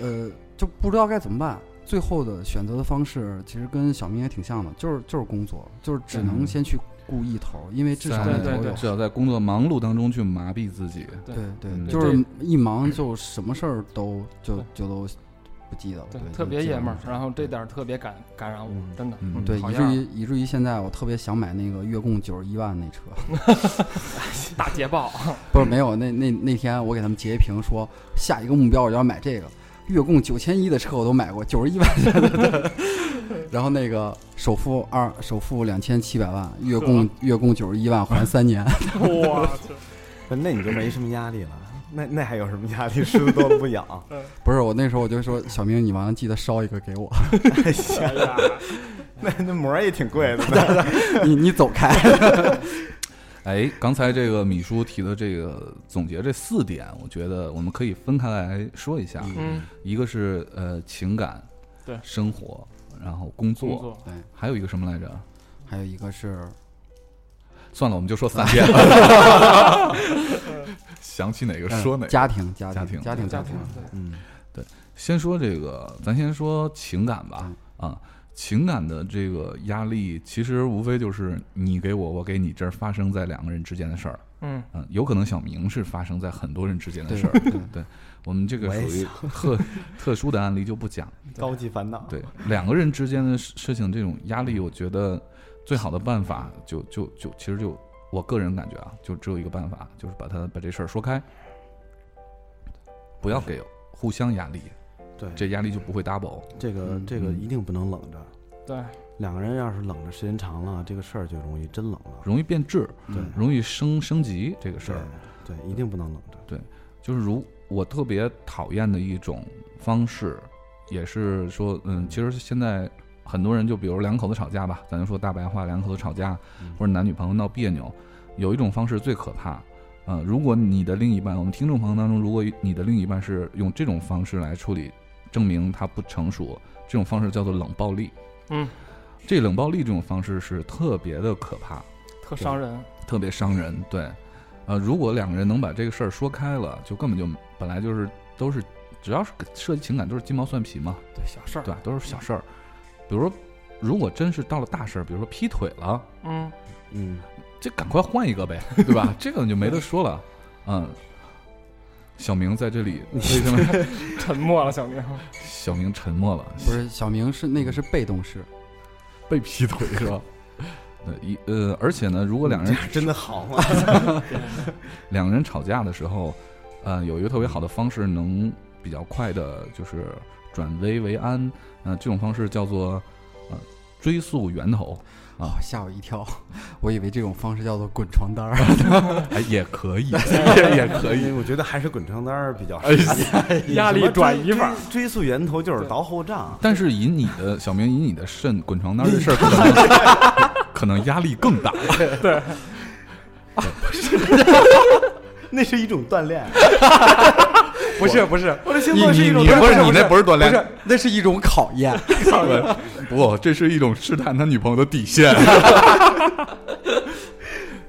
Speaker 2: 呃，呃，就不知道该怎么办。最后的选择的方式其实跟小明也挺像的，就是就是工作，就是只能
Speaker 3: 嗯
Speaker 2: 先去顾一头，因为至少
Speaker 3: 在
Speaker 2: 那头
Speaker 4: 对对
Speaker 2: 有
Speaker 4: 对
Speaker 3: 至少在工作忙碌当中去麻痹自己。
Speaker 4: 对
Speaker 2: 对
Speaker 3: 嗯
Speaker 2: 对，就是一忙就什么事儿都就
Speaker 4: 对
Speaker 2: 就都不记得了，
Speaker 4: 对
Speaker 2: 对，，
Speaker 4: 特
Speaker 2: 就
Speaker 4: 别
Speaker 2: 基本
Speaker 4: 爷们儿，
Speaker 2: 上
Speaker 4: 然后这点儿特别感感染我，
Speaker 1: 嗯
Speaker 4: 真的，
Speaker 3: 嗯
Speaker 4: 嗯
Speaker 2: 对，
Speaker 4: 好
Speaker 2: 以至
Speaker 4: 样
Speaker 2: 于以至于现在我特别想买那个月供九十一万那车，
Speaker 4: 儿大捷豹，
Speaker 2: 不是没有那那那天我给他们截一屏说下一个目标我就要买这个，月供九千一的车我都买过，九十一万 然后那个首付二首付两千七百万，月供月供九十一万还三年，
Speaker 4: 我
Speaker 1: 不那你就没什么压力了，那那还有什么压力？虱子多了不 痒，
Speaker 2: 不是我那时候我就说小明你完了记得烧一个给我，
Speaker 1: 哎呀，那那膜儿也挺 贵的呢。
Speaker 2: 你你走开，
Speaker 3: 哎，刚才这个米叔提的这个总结这四点，我觉得我们可以分开来说一下。
Speaker 4: 嗯，
Speaker 3: 一个是呃情感，
Speaker 4: 对
Speaker 3: 生活，然后工作，
Speaker 4: 工作
Speaker 3: 还有一个什么来着？
Speaker 2: 还有一个是
Speaker 3: 算了，我们就说三遍了。想起哪个
Speaker 2: 呃
Speaker 3: 说哪个。
Speaker 2: 家庭家
Speaker 3: 家庭
Speaker 2: 庭家庭
Speaker 4: 家庭，
Speaker 2: 庭，
Speaker 4: 对，
Speaker 1: 嗯，
Speaker 3: 先说这个，咱先说情感吧。啊，情感的这个压力，其实无非就是你给我，我给你，这儿发生在两个人之间的事儿。
Speaker 4: 嗯，
Speaker 3: 嗯，有可能小明是发生在很多人之间的
Speaker 2: 对
Speaker 3: 事儿。对，我们这个
Speaker 1: 我也
Speaker 3: 属于特特殊的案例就不讲。
Speaker 1: 高级烦恼，
Speaker 3: 对，两个人之间的事事情，这种压力，我觉得最好的办法就就就其实就我个人感觉啊，就只有一个办法，就是把他把这事儿说开，不要给互相压力，
Speaker 1: 对，
Speaker 3: 这压力就不会 double。
Speaker 1: 这个
Speaker 3: 嗯
Speaker 1: 这个一定不能冷着。
Speaker 4: 对，
Speaker 1: 两个人要是冷着时间长了，这个事儿就容易真冷了。
Speaker 3: 容易变质，
Speaker 1: 对
Speaker 3: 容易升升级这个事儿，
Speaker 1: 对，对，一定不能冷着。
Speaker 3: 就是如我特别讨厌的一种方式，也是说，嗯，其实现在很多人就比如两口子吵架吧，咱就说大白话，两口子吵架
Speaker 1: 嗯
Speaker 3: 或者男女朋友闹别扭，有一种方式最可怕。嗯，如果你的另一半，我们听众朋友当中，如果你的另一半是用这种方式来处理，证明他不成熟，这种方式叫做冷暴力。
Speaker 4: 嗯，
Speaker 3: 这冷暴力这种方式是特别的可怕。
Speaker 4: 特伤人。
Speaker 3: 特别伤人。对，呃，如果两个人能把这个事儿说开了，就根本就本来就是都是只要是涉及情感都是鸡毛蒜皮嘛，
Speaker 4: 对，小事儿。
Speaker 3: 对吧？都是小事儿。比如说，如果真是到了大事儿，比如说劈腿了，
Speaker 4: 嗯，
Speaker 1: 嗯，
Speaker 3: 这赶快换一个 呗，对吧？这个就没得说了。嗯，小明在这里为什 么？
Speaker 4: 沉默了，小明。
Speaker 3: 小明沉默了，
Speaker 2: 不是小明是那个是被动式，
Speaker 3: 被劈腿是吧？对，一呃，而且呢，如果两人
Speaker 1: 真的好 吗？
Speaker 3: 两个人吵架的时候，呃，有一个特别好的方式，能比较快的，就是转危为安。呃，这种方式叫做呃追溯源头，
Speaker 2: 哦，
Speaker 3: 啊
Speaker 2: 吓我一跳， 我以为这种方式叫做滚床单儿。
Speaker 3: 哎，也可以， 也也可以。
Speaker 1: 哎我觉得还是滚床单儿比较
Speaker 3: 哎
Speaker 1: 实际。
Speaker 4: 压力转移法
Speaker 1: 什么追，追追溯源头就是倒后账。
Speaker 3: 但是以你的小明，以你的肾滚床单儿这事儿，可能可能 压力更大。
Speaker 1: 那是一种锻炼，
Speaker 2: 不是不是，
Speaker 1: 我的星
Speaker 2: 你
Speaker 1: 座是一
Speaker 2: 你
Speaker 1: 种
Speaker 2: 你
Speaker 1: 锻
Speaker 3: 不是
Speaker 1: 炼。
Speaker 3: 你那不是锻炼
Speaker 2: 不是 那是一种考验。
Speaker 3: 不，这是一种试探他女朋友的底线。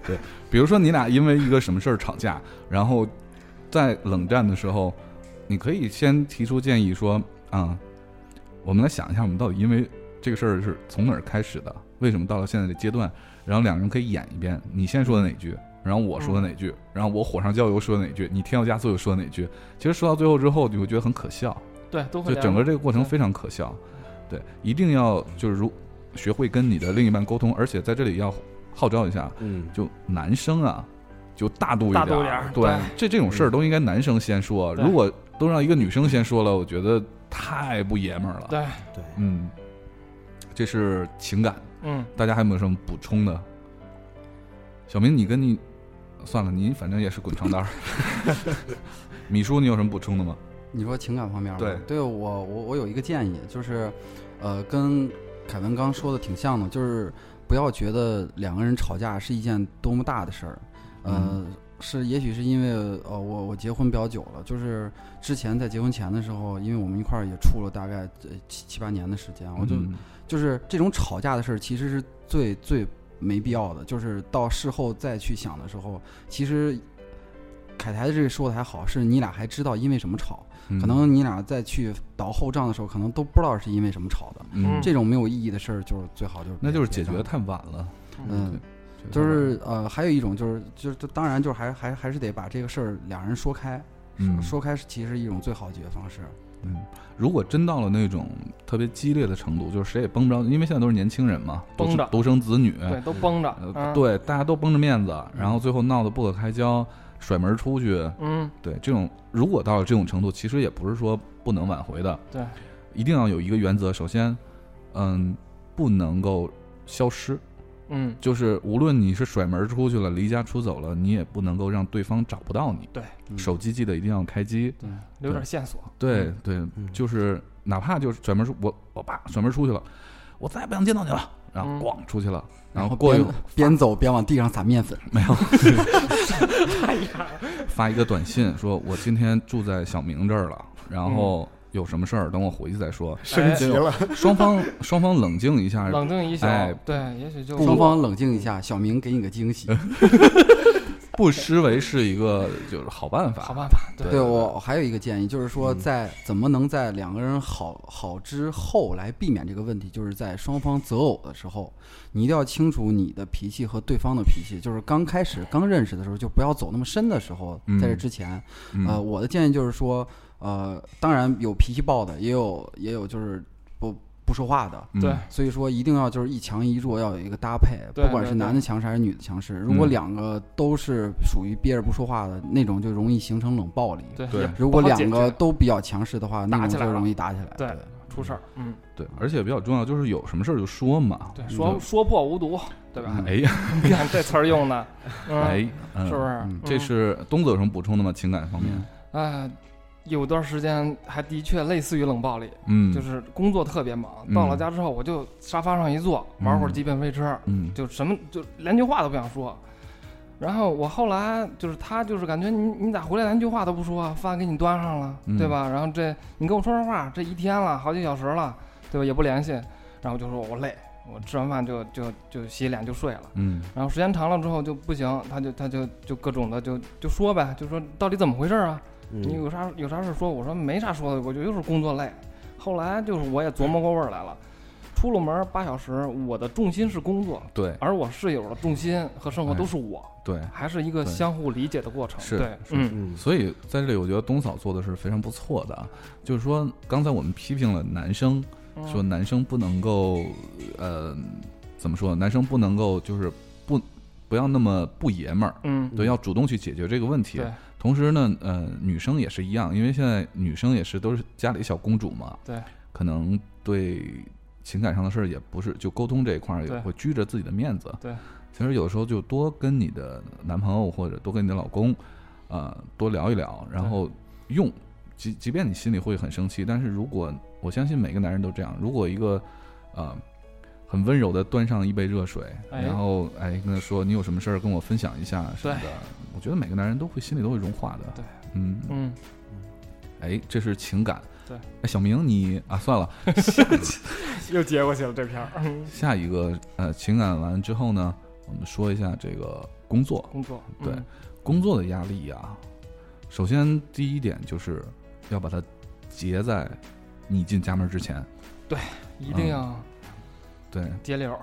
Speaker 3: 对，比如说你俩因为一个什么事儿吵架，然后在冷战的时候，你可以先提出建议说啊、我们来想一下，我们到底因为这个事儿是从哪儿开始的，为什么到了现在的阶段，然后两个人可以演一遍，你先说的哪句。然后我说的哪句，然后我火上浇油说的哪句，你添油加醋又说的哪句，其实说到最后之后，你会觉得很可笑。
Speaker 4: 对，都会
Speaker 3: 就
Speaker 4: 聊。嗯
Speaker 3: 整个这个过程
Speaker 4: 对
Speaker 3: 非常可笑。对，一定要就是如学会跟你的另一半沟通，而且在这里要号召一下，
Speaker 1: 嗯，
Speaker 3: 就男生啊，就大度一
Speaker 4: 大
Speaker 3: 点儿，
Speaker 4: 度点儿
Speaker 3: 对
Speaker 4: 对，嗯
Speaker 3: 这这种事儿都应该男生先说，
Speaker 4: 对
Speaker 3: 如果都让一个女生先说了，我觉得太不爷们儿了。
Speaker 4: 对，
Speaker 1: 对，
Speaker 3: 嗯，这是情感，
Speaker 4: 嗯，
Speaker 3: 大家还有没有什么补充的？小明，你跟你算了，你反正也是滚床单儿。 米叔，你有什么补充的吗？
Speaker 2: 你说情感方面吗
Speaker 3: 对
Speaker 2: 对我我我有一个建议，就是，呃，跟凯文刚说的挺像的，就是不要觉得两个人吵架是一件多么大的事儿，呃，
Speaker 3: 嗯
Speaker 2: 是也许是因为呃我我结婚比较久了，就是之前在结婚前的时候，因为我们一块儿也处了大概呃七七八年的时间，我就、
Speaker 3: 嗯
Speaker 2: 就是这种吵架的事儿，其实是最最没必要的。就是到事后再去想的时候，其实凯台的这个说的还好，是你俩还知道因为什么吵，
Speaker 3: 嗯
Speaker 2: 可能你俩再去倒后账的时候，可能都不知道是因为什么吵的。
Speaker 3: 嗯
Speaker 2: 这种没有意义的事儿，就是最好就是别
Speaker 3: 那就是解决
Speaker 2: 别
Speaker 3: 的
Speaker 2: 干
Speaker 3: 太晚了，
Speaker 2: 嗯，就是呃，还有一种就是就是当然就是还还还是得把这个事儿俩人说开，
Speaker 3: 嗯
Speaker 2: 说开是其实一种最好的解决方式。
Speaker 3: 嗯，如果真到了那种特别激烈的程度，就是谁也绷不着，因为现在都是年轻人嘛，独
Speaker 4: 绷着
Speaker 3: 独生子女，
Speaker 4: 对，都绷着。
Speaker 3: 呃，
Speaker 4: 嗯，
Speaker 3: 对，大家都绷着面子，然后最后闹得不可开交，甩门出去，
Speaker 4: 嗯，
Speaker 3: 对，这种如果到了这种程度，其实也不是说不能挽回的，
Speaker 4: 对，
Speaker 3: 一定要有一个原则，首先，嗯，不能够消失，
Speaker 4: 嗯，
Speaker 3: 就是无论你是甩门出去了，离家出走了，你也不能够让对方找不到你，
Speaker 2: 嗯
Speaker 3: 手机记得一定要开机，
Speaker 2: 对，
Speaker 4: 留点线索。
Speaker 3: 对对，
Speaker 1: 嗯
Speaker 3: 就是哪怕就是甩门出，我我爸甩门出去了，我再也不想见到你了，然后
Speaker 4: 嗯
Speaker 3: 咣出去 了，
Speaker 2: 然
Speaker 3: 然后
Speaker 2: 后
Speaker 3: 过一
Speaker 2: 边
Speaker 3: 会儿
Speaker 2: 边走边往地上撒面粉。
Speaker 3: 发一个短信说，我今天住在小明这儿了，然后有什么事儿等我回去再说。
Speaker 4: 嗯哎升
Speaker 3: 级了，双方双方冷静一下，
Speaker 4: 冷静一宿
Speaker 3: 哎，
Speaker 4: 对，也许就
Speaker 2: 双方冷静一下，小明给你个惊喜。
Speaker 3: 不失为是一个就是好办法。
Speaker 4: 好办法，
Speaker 3: 对
Speaker 4: 对嗯
Speaker 2: 对我还有一个建议，就是说在怎么能在两个人好好之后来避免这个问题，就是在双方择偶的时候，你一定要清楚你的脾气和对方的脾气。就是刚开始刚认识的时候，就不要走那么深的时候
Speaker 3: 嗯，
Speaker 2: 在这之前，
Speaker 3: 嗯
Speaker 4: 啊
Speaker 2: 呃，我的建议就是说，呃，当然有脾气暴的，也有也有就是不不说话的。
Speaker 3: 嗯
Speaker 4: 对
Speaker 2: 所以说，一定要就是一强一弱，要有一个搭配，
Speaker 4: 对
Speaker 2: 不管是
Speaker 4: 对对
Speaker 2: 男的强势还是女的强势。如果
Speaker 3: 嗯
Speaker 2: 两个都是属于憋着不说话的那种，就容易形成冷暴力。
Speaker 4: 对
Speaker 3: 对
Speaker 4: 也
Speaker 2: 如果
Speaker 4: 不好
Speaker 2: 两
Speaker 4: 解
Speaker 2: 个
Speaker 4: 决
Speaker 2: 都比较强势的话，那
Speaker 4: 打起
Speaker 2: 种
Speaker 4: 来
Speaker 2: 就
Speaker 4: 了
Speaker 2: 容易打起来。
Speaker 4: 对出事儿，嗯，
Speaker 3: 对，而且比较重要就是有什么事儿就说嘛。
Speaker 4: 对，
Speaker 2: 嗯
Speaker 4: 说说破无毒，对嗯
Speaker 1: 嗯
Speaker 4: 吧？
Speaker 3: 哎呀，
Speaker 4: 你看这词儿用的，嗯
Speaker 3: 哎，嗯
Speaker 4: 是不？是
Speaker 2: 嗯？
Speaker 3: 这
Speaker 4: 嗯
Speaker 3: 是东子有什么补充的吗？情感方面，
Speaker 4: 啊，有段时间还的确类似于冷暴力，
Speaker 3: 嗯，
Speaker 4: 就是工作特别忙，
Speaker 3: 嗯
Speaker 4: 到了家之后我就沙发上一坐，玩会儿极品飞车，
Speaker 3: 嗯，
Speaker 4: 就什么就连句话都不想说。然后我后来就是他就是感觉你你咋回来连句话都不说啊？饭给你端上了，
Speaker 3: 嗯
Speaker 4: 对吧？然后这你跟我说说话，这一天了，好几小时了，对吧？也不联系，然后我就说我累，我吃完饭就就就洗脸就睡了。
Speaker 3: 嗯
Speaker 4: 然后时间长了之后就不行，他就他就就各种的就就说呗，就说到底怎么回事儿啊？你
Speaker 1: 嗯
Speaker 4: 有啥有啥事说？我说没啥说的，我就就是工作累。后来就是我也琢磨过味儿来了，出了门儿八小时，我的重心是工作，
Speaker 3: 对
Speaker 4: 而我室友的重心和生活都是我，
Speaker 3: 对，
Speaker 4: 还是一个
Speaker 3: 对
Speaker 4: 相互理解的过程。
Speaker 3: 是
Speaker 4: 对，
Speaker 3: 是
Speaker 4: 嗯，
Speaker 1: 嗯
Speaker 3: 所以在这里，我觉得东嫂做的是非常不错的啊。就是说，刚才我们批评了男生，
Speaker 4: 嗯
Speaker 3: 说男生不能够，呃，怎么说？男生不能够就是不不要那么不爷们儿，
Speaker 4: 嗯，
Speaker 1: 嗯
Speaker 3: 对，要主动去解决这个问题。啊
Speaker 4: 对
Speaker 3: 同时呢，呃，女生也是一样，因为现在女生也是都是家里小公主嘛，
Speaker 4: 对，
Speaker 3: 可能对情感上的事儿也不是，就沟通这一块儿也
Speaker 4: 对
Speaker 3: 会拘着自己的面子。
Speaker 4: 对，
Speaker 3: 其实有时候就多跟你的男朋友或者多跟你的老公，呃，多聊一聊，然后用，即即便你心里会很生气，但是如果我相信每个男人都这样，如果一个，呃。很温柔的端上一杯热水，
Speaker 4: 哎
Speaker 3: 然后哎跟他说你有什么事儿跟我分享一下什么
Speaker 4: 对
Speaker 3: 的，我觉得每个男人都会心里都会融化的。
Speaker 4: 对，
Speaker 3: 嗯，
Speaker 4: 嗯，
Speaker 3: 哎，这是情感。
Speaker 4: 对
Speaker 3: 哎，小明你啊，算了，
Speaker 4: 又接过去了这篇儿
Speaker 3: 下一个呃，情感完之后呢，我们说一下这个工作，
Speaker 4: 工作。嗯
Speaker 3: 对工作的压力啊。首先第一点就是要把它结在你进家门之前，
Speaker 4: 一定要
Speaker 1: 嗯
Speaker 3: 对
Speaker 4: 节流。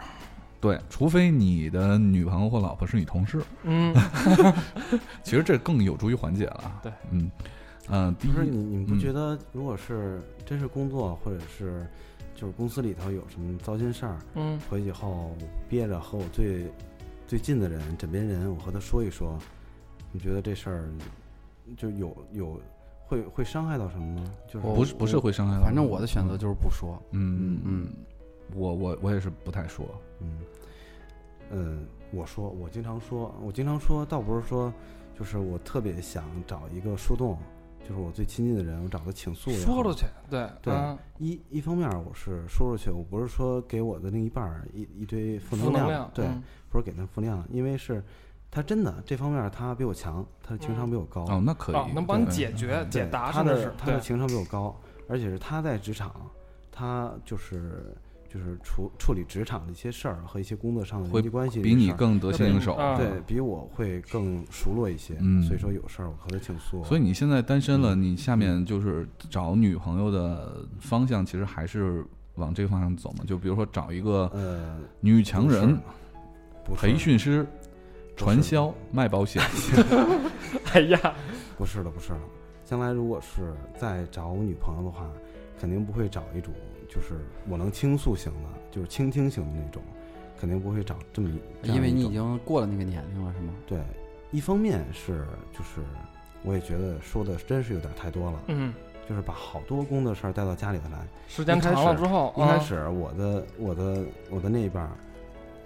Speaker 3: 对，除非你的女朋友或老婆是你同事，
Speaker 4: 嗯，
Speaker 3: 其实这更有助于缓解了。
Speaker 4: 对，
Speaker 3: 嗯嗯、呃，第
Speaker 1: 不是
Speaker 3: 一
Speaker 1: 你你们不
Speaker 3: 嗯
Speaker 1: 觉得，如果是真是工作或者是就是公司里头有什么糟心事儿，
Speaker 4: 嗯，
Speaker 1: 回去以后憋着和我最最近的人枕边人，我和他说一说，你觉得这事儿就有有会会伤害到什么吗？就是
Speaker 2: 我
Speaker 3: 不是不是会伤害到，
Speaker 2: 嗯反正我的选择就是不说。
Speaker 3: 嗯嗯
Speaker 2: 嗯，
Speaker 3: 我我我也是不太说，
Speaker 1: 嗯嗯，我说我经常说，我经常说，倒不是说就是我特别想找一个树洞，就是我最亲近的人，我找他倾诉也好
Speaker 4: 说出去，对
Speaker 1: 对
Speaker 4: 嗯
Speaker 1: 一一方面我是说出去，我不是说给我的另一半儿一一堆负
Speaker 4: 负
Speaker 1: 量，
Speaker 4: 能量，
Speaker 1: 对，
Speaker 4: 嗯
Speaker 1: 不是给他负能量，因为是他真的这方面儿他比我强，他的情商比我高，
Speaker 3: 哦，那可以，
Speaker 4: 哦，能帮你
Speaker 3: 对
Speaker 4: 解决
Speaker 1: 对
Speaker 4: 解答，
Speaker 1: 他
Speaker 4: 甚至
Speaker 1: 的
Speaker 4: 是
Speaker 1: 他的
Speaker 4: 对，
Speaker 1: 情商比我高，而且是他在职场，他就是就是处处理职场的一些事儿和一些工作上的
Speaker 3: 会
Speaker 1: 人际关系
Speaker 3: 比
Speaker 1: 的
Speaker 3: 你
Speaker 1: 事儿
Speaker 3: 更得心应手。
Speaker 4: 嗯
Speaker 1: 对啊比我会更熟络一些，
Speaker 3: 嗯
Speaker 1: 所以说有事儿我和他倾诉。
Speaker 3: 所以你现在单
Speaker 1: 嗯
Speaker 3: 身了，你下面就是找女朋友的方向，其实还是往这个方向走嘛？就比如说找一个
Speaker 1: 呃，
Speaker 3: 女强
Speaker 1: 不
Speaker 3: 人
Speaker 1: 是、不是
Speaker 3: 培训师、
Speaker 1: 不是
Speaker 3: 传销、卖 保险。
Speaker 4: 哎呀，
Speaker 1: 不是的，不是的。将来如果是再找女朋友的话，肯定不会找一种就是我能倾诉型的，就是倾听型的那种，肯定不会找这么一。这样
Speaker 2: 因为
Speaker 1: 一
Speaker 2: 你已
Speaker 1: 种
Speaker 2: 经过了那个年龄了，是吗？
Speaker 1: 对，一方面是就是我也觉得说的真是有点太多了，
Speaker 4: 嗯，
Speaker 1: 就是把好多工作事儿带到家里头来。
Speaker 4: 时间长了之后，
Speaker 1: 一开
Speaker 4: 嗯
Speaker 1: 始我的我的我的那一半儿，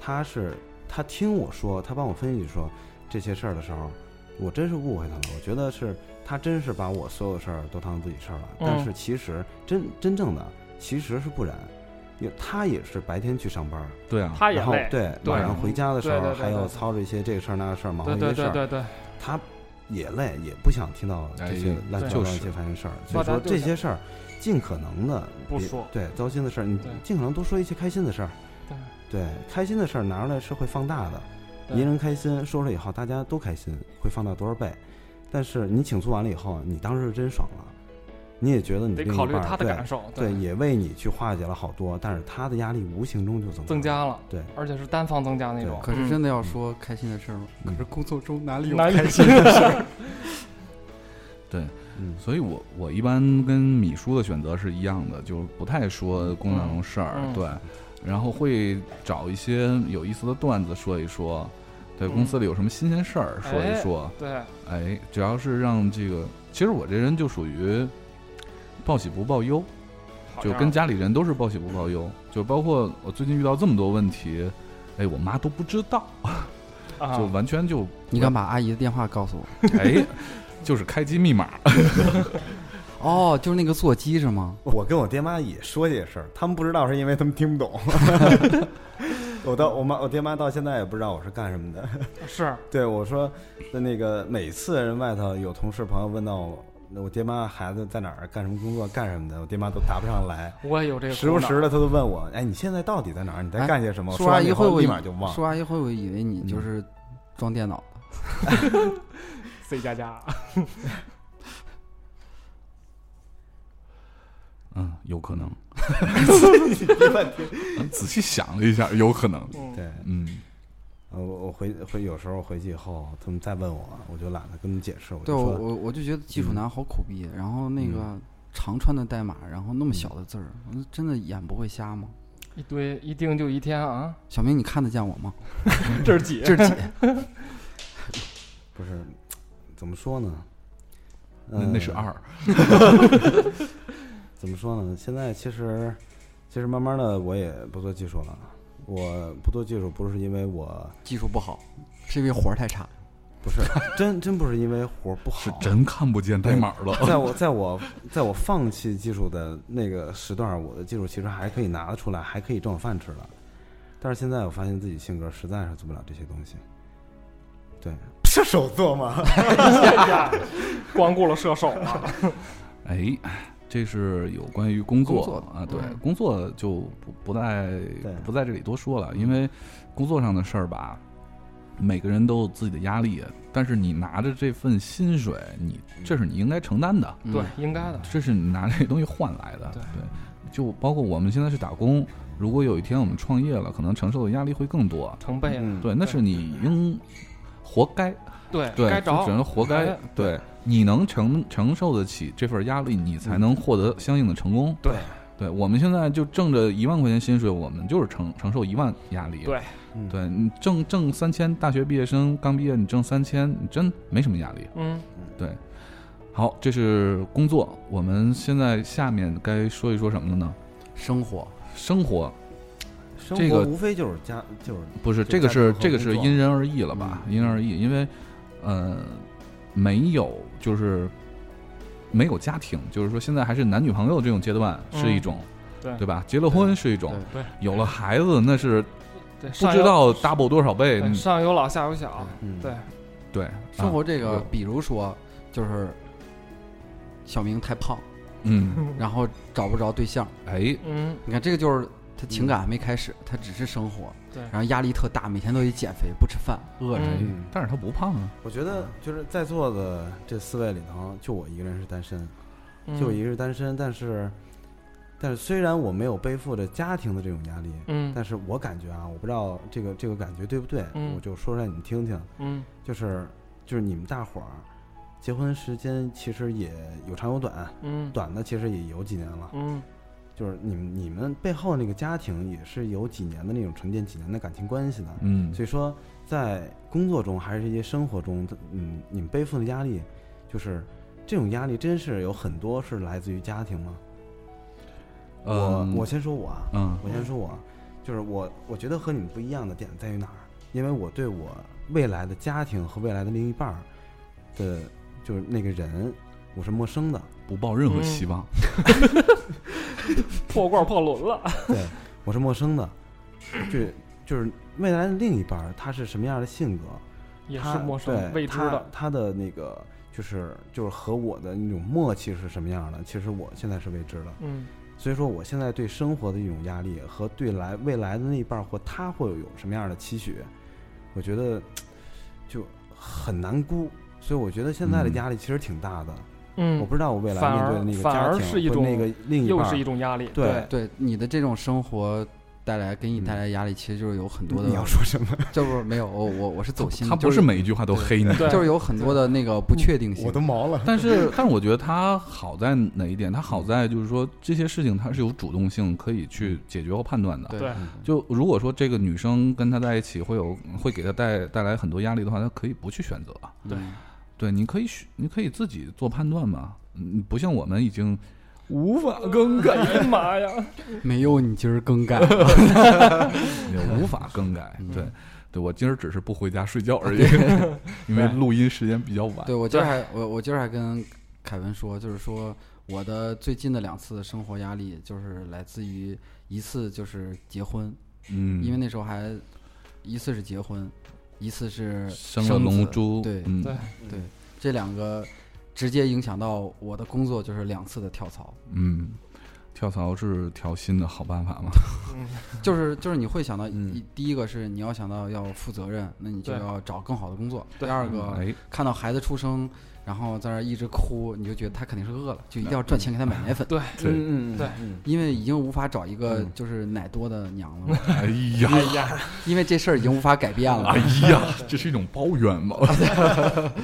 Speaker 1: 他是他听我说，他帮我分析说这些事儿的时候，我真是误会他了。我觉得是他真是把我所有事儿都当自己事儿了，
Speaker 4: 嗯
Speaker 1: 但是其实真真正的其实是不然，因为他也是白天去上班儿，
Speaker 3: 对啊，
Speaker 4: 他也
Speaker 1: 然后
Speaker 4: 累，
Speaker 1: 对
Speaker 4: 对
Speaker 1: 晚上回家的时
Speaker 4: 对对
Speaker 1: 候
Speaker 4: 对对
Speaker 1: 还要
Speaker 4: 对
Speaker 1: 操着一些这个事儿那个事儿忙活
Speaker 4: 对
Speaker 1: 一
Speaker 4: 对
Speaker 1: 些事
Speaker 4: 对
Speaker 1: 儿，
Speaker 4: 对对，
Speaker 1: 他也累，也不想听到
Speaker 3: 哎
Speaker 1: 这些乱七八糟
Speaker 3: 就是
Speaker 1: 一些烦心事儿，所
Speaker 4: 那
Speaker 1: 以
Speaker 4: 咱
Speaker 1: 说
Speaker 4: 就
Speaker 1: 这
Speaker 4: 想
Speaker 1: 些事儿尽可能的
Speaker 4: 不说
Speaker 1: 对糟心的事儿，你
Speaker 4: 对
Speaker 1: 尽可能多说一些开心的事儿。
Speaker 4: 对
Speaker 1: 对，开心的事儿拿出来是会放大的，
Speaker 4: 对
Speaker 1: 一人开心，说出来以后大家都开心，会放大多少倍？但是你倾诉完了以后，你当时是真爽了，你也觉得你
Speaker 4: 得
Speaker 1: 另一
Speaker 4: 考虑
Speaker 1: 半儿
Speaker 4: 他的
Speaker 1: 对
Speaker 4: 感受，
Speaker 1: 对，也为你去化解了好多，但是他的压力无形中就增
Speaker 4: 增
Speaker 1: 加了。
Speaker 4: 加了，
Speaker 1: 对，
Speaker 4: 而且是单方增加那种，
Speaker 2: 可是真的要说开心的事儿吗？
Speaker 1: 嗯
Speaker 2: 可是工作中哪里有
Speaker 4: 嗯哪
Speaker 2: 开
Speaker 4: 里
Speaker 2: 心？
Speaker 1: 嗯
Speaker 3: 所以我我一般跟米叔的选择是一样的，就是不太说工作中事儿，
Speaker 4: 嗯嗯
Speaker 3: 对，然后会找一些有意思的段子说一说，对，
Speaker 4: 嗯
Speaker 3: 公司里有什么新鲜事儿说一说，
Speaker 4: 对，
Speaker 3: 哎，只要是让这个，其实我这人就属于报喜不报忧，
Speaker 4: 好
Speaker 3: 就
Speaker 4: 样
Speaker 3: 跟
Speaker 4: 儿
Speaker 3: 家里人都是报喜不报忧，就包括我最近遇到这么多问题，哎，我妈都不知道，
Speaker 4: 啊
Speaker 3: 就完全就
Speaker 2: 你敢把阿姨的电话告诉我？
Speaker 3: 哎，就是开机密码，
Speaker 2: 哦，就是那个座机是吗？
Speaker 1: 我跟我爹妈也说这事儿，他们不知道是因为他们听不懂。 我到我妈我爹妈到现在也不知道我是干什么的。
Speaker 4: 是
Speaker 1: 对我说，那那个每次人外头有同事朋友问到我，那我爹妈孩子在哪儿干什么工作干什么的，我爹妈都答不上来。
Speaker 4: 我也有这个
Speaker 1: 时不
Speaker 4: 苦恼
Speaker 1: 时的他都问我，哎，你现在到底在哪儿？你在
Speaker 2: 哎
Speaker 1: 干些什么？
Speaker 2: 说
Speaker 1: 完
Speaker 2: 阿姨
Speaker 1: 以
Speaker 2: 会
Speaker 1: 后
Speaker 2: 不会
Speaker 1: 立马就忘了。嗯
Speaker 2: 说阿姨会不会以为你就是装电脑？
Speaker 4: C 加加，
Speaker 3: 嗯，有可 能，
Speaker 1: 别问题
Speaker 3: 嗯仔细想了一下，有可能，
Speaker 4: 嗯，
Speaker 1: 对，
Speaker 3: 嗯。
Speaker 1: 呃我我回回有时候回去以后，他们再问我，我就懒得跟他们解释，我
Speaker 2: 对
Speaker 1: 就
Speaker 2: 我
Speaker 1: 说嗯
Speaker 2: 我我就觉得技术男好苦逼，然后那个长串的代码，然后那
Speaker 1: 嗯
Speaker 2: 么小的字儿，我真的眼不会瞎吗？
Speaker 4: 一堆一定就一天啊，
Speaker 2: 小明，你看得见我吗？
Speaker 4: 这是 几？
Speaker 2: 这是姐，
Speaker 1: 不是，怎么说呢？
Speaker 3: 那
Speaker 1: 呃
Speaker 3: 那是二，
Speaker 4: 嗯
Speaker 1: 怎么说呢？现在其实，其实慢慢的我也不做技术了。我不做技术不是因为我
Speaker 2: 技术不好，是因为活儿太差。
Speaker 1: 不是 真真不是因为活儿不好，
Speaker 3: 是真看不见代码了。
Speaker 1: 在我在我在我放弃技术的那个时段，我的技术其实还可以拿得出来，还可以挣我饭吃了。但是现在我发现自己性格实在是做不了这些东西。对，射手座吗？
Speaker 4: 光顾了射手了，
Speaker 3: 哎，这是有关于工作
Speaker 2: 工作
Speaker 3: 啊，对，
Speaker 4: 嗯
Speaker 3: 工作就不不在
Speaker 1: 对
Speaker 3: 不在这里多说了，因为工作上的事儿吧，每个人都有自己的压力，但是你拿着这份薪水，你这是你应该承担的，
Speaker 2: 嗯
Speaker 4: 对，应该的，
Speaker 3: 这是你拿这东西换来的，
Speaker 4: 对
Speaker 3: 就包括我们现在去打工，如果有一天我们创业了，可能承受的压力会更多，
Speaker 4: 成倍了，
Speaker 1: 嗯，
Speaker 3: 对，那是你应活该
Speaker 4: 对，
Speaker 3: 对，
Speaker 4: 该
Speaker 3: 就
Speaker 4: 着
Speaker 3: 只，能活该
Speaker 4: 哎。
Speaker 3: 对，你能承承受得起这份压力，你才能获得相应的成功。
Speaker 4: 嗯对，
Speaker 3: 对我们现在就挣着一万块钱薪水，我们就是承承受一万压力。
Speaker 4: 对
Speaker 1: 嗯
Speaker 3: 对你挣挣三千，大学毕业生刚毕业，你挣三千，你真没什么压力。
Speaker 4: 嗯，
Speaker 3: 好，这是工作，我们现在下面该说一说什么了呢？
Speaker 2: 生活，
Speaker 3: 生活
Speaker 1: 生
Speaker 3: 这
Speaker 1: 活
Speaker 3: 个
Speaker 1: 无非就是家，就是
Speaker 3: 不是
Speaker 1: 就
Speaker 3: 这个
Speaker 1: 家庭
Speaker 3: 是
Speaker 1: 和
Speaker 3: 这个
Speaker 1: 工
Speaker 3: 是
Speaker 1: 作
Speaker 3: 因人而异了吧？因人而异，因为呃，没有就是没有家庭，就是说现在还是男女朋友这种阶段
Speaker 4: 嗯
Speaker 3: 是一种，
Speaker 4: 对
Speaker 3: 对吧？结了婚是一种，
Speaker 4: 对对
Speaker 3: 有了孩子那是
Speaker 4: 对，
Speaker 3: 不
Speaker 4: 上
Speaker 3: 知
Speaker 4: 有
Speaker 3: 道 double 多少倍，
Speaker 4: 对
Speaker 3: 嗯
Speaker 4: 上有老下有小，
Speaker 1: 嗯
Speaker 4: 对，
Speaker 3: 对，
Speaker 2: 生
Speaker 3: 啊
Speaker 2: 活这个
Speaker 3: 对，
Speaker 2: 比如说就是小明太胖，
Speaker 3: 嗯，
Speaker 2: 然后找不着对象，
Speaker 3: 哎，
Speaker 4: 嗯，
Speaker 2: 你看这个就是他情感还没开始，他只是生活，
Speaker 4: 对
Speaker 2: 然后压力特大，每天都得减肥，不吃饭，饿着。
Speaker 4: 嗯
Speaker 1: 嗯，
Speaker 3: 但是他不胖啊，
Speaker 1: 我觉得就是在座的这四位里头，就我一个人是单身，
Speaker 4: 嗯
Speaker 1: 就我一个人单身，但是，但是虽然我没有背负着家庭的这种压力，
Speaker 4: 嗯
Speaker 1: 但是我感觉啊，我不知道这个这个感觉对不对，
Speaker 4: 嗯
Speaker 1: 我就说出来你们听听，
Speaker 4: 嗯
Speaker 1: 就是就是你们大伙儿结婚时间其实也有长有短，
Speaker 4: 嗯
Speaker 1: 短的其实也有几年了，
Speaker 4: 嗯，
Speaker 1: 就是你们你们背后那个家庭也是有几年的那种沉淀几年的感情关系的，
Speaker 3: 嗯，
Speaker 1: 所以说，在工作中还是一些生活中，嗯，你们背负的压力，就是这种压力，真是有很多是来自于家庭吗？
Speaker 3: 嗯
Speaker 1: 我我先说我啊，
Speaker 3: 嗯
Speaker 1: 我先说我，就是我，我觉得和你们不一样的点在于哪儿？因为我对我未来的家庭和未来的另一半儿的，就是那个人，我是陌生的，
Speaker 3: 不抱任何
Speaker 4: 嗯
Speaker 3: 希望，
Speaker 4: 破罐破轮了，
Speaker 1: 对，我是陌生的，就就是未来的另一半儿他是什么样的性格，
Speaker 4: 也
Speaker 1: 他
Speaker 4: 是陌
Speaker 1: 对
Speaker 4: 生未知的，
Speaker 1: 他他的那个就是就是和我的那种默契是什么样的？其实我现在是未知的，
Speaker 4: 嗯
Speaker 1: 所以说我现在对生活的一种压力和对来未来的那一半儿或他会有什么样的期许，我觉得就很难估。所以我觉得现在的
Speaker 3: 嗯
Speaker 1: 压力其实挺大的，我
Speaker 4: 嗯，
Speaker 1: 不知道我未来
Speaker 4: 反
Speaker 1: 面对
Speaker 4: 而
Speaker 1: 的那个
Speaker 4: 反
Speaker 1: 家
Speaker 4: 而
Speaker 1: 庭
Speaker 4: 是一
Speaker 1: 和
Speaker 4: 种
Speaker 1: 那个另一
Speaker 4: 又
Speaker 1: 半
Speaker 4: 是
Speaker 1: 儿
Speaker 4: 一 种压力。
Speaker 1: 对
Speaker 2: 对你的这种生活带来给你带来压力，其实就是有很多的
Speaker 1: 嗯你要，说什么？
Speaker 2: 这不是没有我我我是走心，
Speaker 3: 他不
Speaker 2: 就是
Speaker 3: 每一句话都黑你，
Speaker 4: 对
Speaker 2: 就是有很多的那个不确定性。
Speaker 1: 毛了。
Speaker 3: 但是，但是我觉得他好在哪一点？他好在就是说这些事情他是有主动性可以去解决和判断的。
Speaker 2: 对
Speaker 4: 对
Speaker 3: 就如果说这个女生跟他在一起会有会给他带带来很多压力的话，他可以不去选择。
Speaker 2: 对
Speaker 3: 对，你可以选你可以自己做判断嘛。嗯，不像我们已经无法更改，
Speaker 4: 哎呀妈呀！
Speaker 2: 没有你今儿更改，
Speaker 3: 也无法更改。
Speaker 2: 嗯
Speaker 3: 对，对我今儿只是不回家睡觉 而已，因为录音时间比较晚。
Speaker 2: 对我今儿还我我今儿还跟凯文说，就是说我的最近的两次的生活压力，就是来自于一次就是结婚，
Speaker 3: 嗯，
Speaker 2: 因为那时候还一次是结婚，一次是
Speaker 3: 生
Speaker 2: 子
Speaker 3: 了龙珠，
Speaker 2: 对
Speaker 3: 嗯
Speaker 4: 对
Speaker 2: 对，这两个直接影响到我的工作，就是两次的跳 槽，
Speaker 3: 嗯，跳槽是调薪的好办法吗？
Speaker 4: 嗯，
Speaker 2: 就是就是你会想到一、
Speaker 3: 嗯
Speaker 2: 第一个是你要想到要负责任，那你就
Speaker 4: 对
Speaker 2: 要找更好的工作；第
Speaker 4: 对
Speaker 2: 二个
Speaker 3: 哎，
Speaker 2: 看到孩子出生，然后在那儿一直哭，你就觉得他肯定是饿了，就一定要赚钱给他买奶粉，
Speaker 4: 对，嗯
Speaker 3: 对
Speaker 1: 嗯嗯
Speaker 4: 对
Speaker 2: 因为已经无法找一个就是奶多的娘 了嘛，
Speaker 3: 哎呀，
Speaker 4: 哎呀，
Speaker 2: 因为这事儿已经无法改变了
Speaker 3: 哎。呀，这是一种抱怨 吗？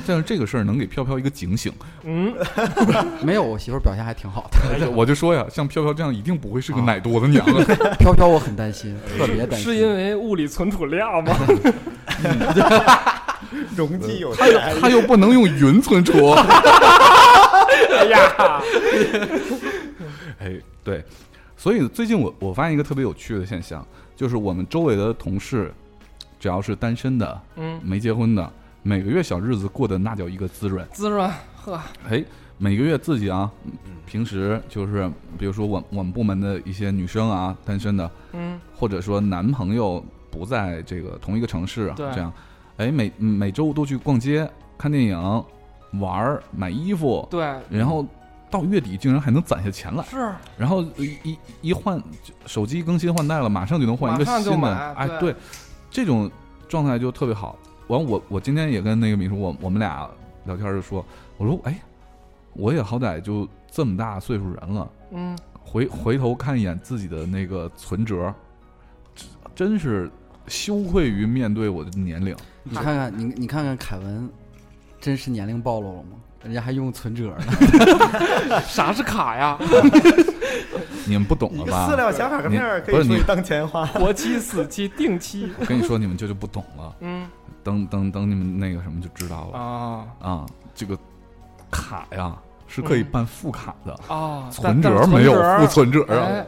Speaker 3: 但是这个事儿能给飘飘一个警醒。
Speaker 4: 嗯，
Speaker 2: 没有，我媳妇儿表现还挺好的，
Speaker 3: 我就说呀，像飘飘这样一定不会是个奶多的娘，
Speaker 2: 飘飘我很担心，特别担
Speaker 4: 嗯是因
Speaker 2: 心。
Speaker 4: 为物理存储量吗？
Speaker 1: 容积有
Speaker 3: 她又她又不能用云存 储。
Speaker 4: 哎呀，
Speaker 3: 哎，对，所以最近我我发现一个特别有趣的现象，就是我们周围的同事，只要是单身的、
Speaker 4: 嗯，
Speaker 3: 没结婚的，每个月小日子过得那叫一个滋润。
Speaker 4: 滋润，呵，
Speaker 3: 哎，每个月自己啊，平时就是比如说我我们部门的一些女生啊，单身的，
Speaker 4: 嗯，
Speaker 3: 或者说男朋友不在这个同一个城市啊，
Speaker 4: 对
Speaker 3: 这样，哎，每每周都去逛街、看电影、玩儿、买衣服，
Speaker 4: 对，
Speaker 3: 然后到月底竟然还能攒下钱来，
Speaker 4: 是，
Speaker 3: 然后一一一换手机更新换代了，马上就能换一个
Speaker 4: 马上就
Speaker 3: 新的，
Speaker 4: 买
Speaker 3: 哎，
Speaker 4: 对
Speaker 3: 对，这种状态就特别好。完，我我今天也跟那个米叔，我我们俩聊天就说，我说，哎，我也好歹就这么大岁数人了，
Speaker 4: 嗯，
Speaker 3: 回回头看一眼自己的那个存折，真真是羞愧于面对我的年龄。
Speaker 2: 你看看你你看看凯文，真实年龄暴露了吗？人家还用存折 呢。
Speaker 4: 啥是卡呀？
Speaker 3: 你们不懂
Speaker 1: 一
Speaker 3: 了
Speaker 1: 个
Speaker 3: 吧？
Speaker 1: 饲料小卡片儿可以
Speaker 3: 不是
Speaker 1: 出去
Speaker 3: 你
Speaker 1: 当钱花。
Speaker 4: 活期、死期、定期，
Speaker 3: 我跟你说，你们这就不懂了。
Speaker 4: 嗯
Speaker 3: 等等等，你们那个什么就知道了。
Speaker 4: 啊
Speaker 3: 啊，这个卡呀是可以办副卡的，
Speaker 4: 啊，
Speaker 3: 存
Speaker 4: 但
Speaker 3: 折没有副，存折
Speaker 4: 但是
Speaker 3: 啊
Speaker 4: 哎。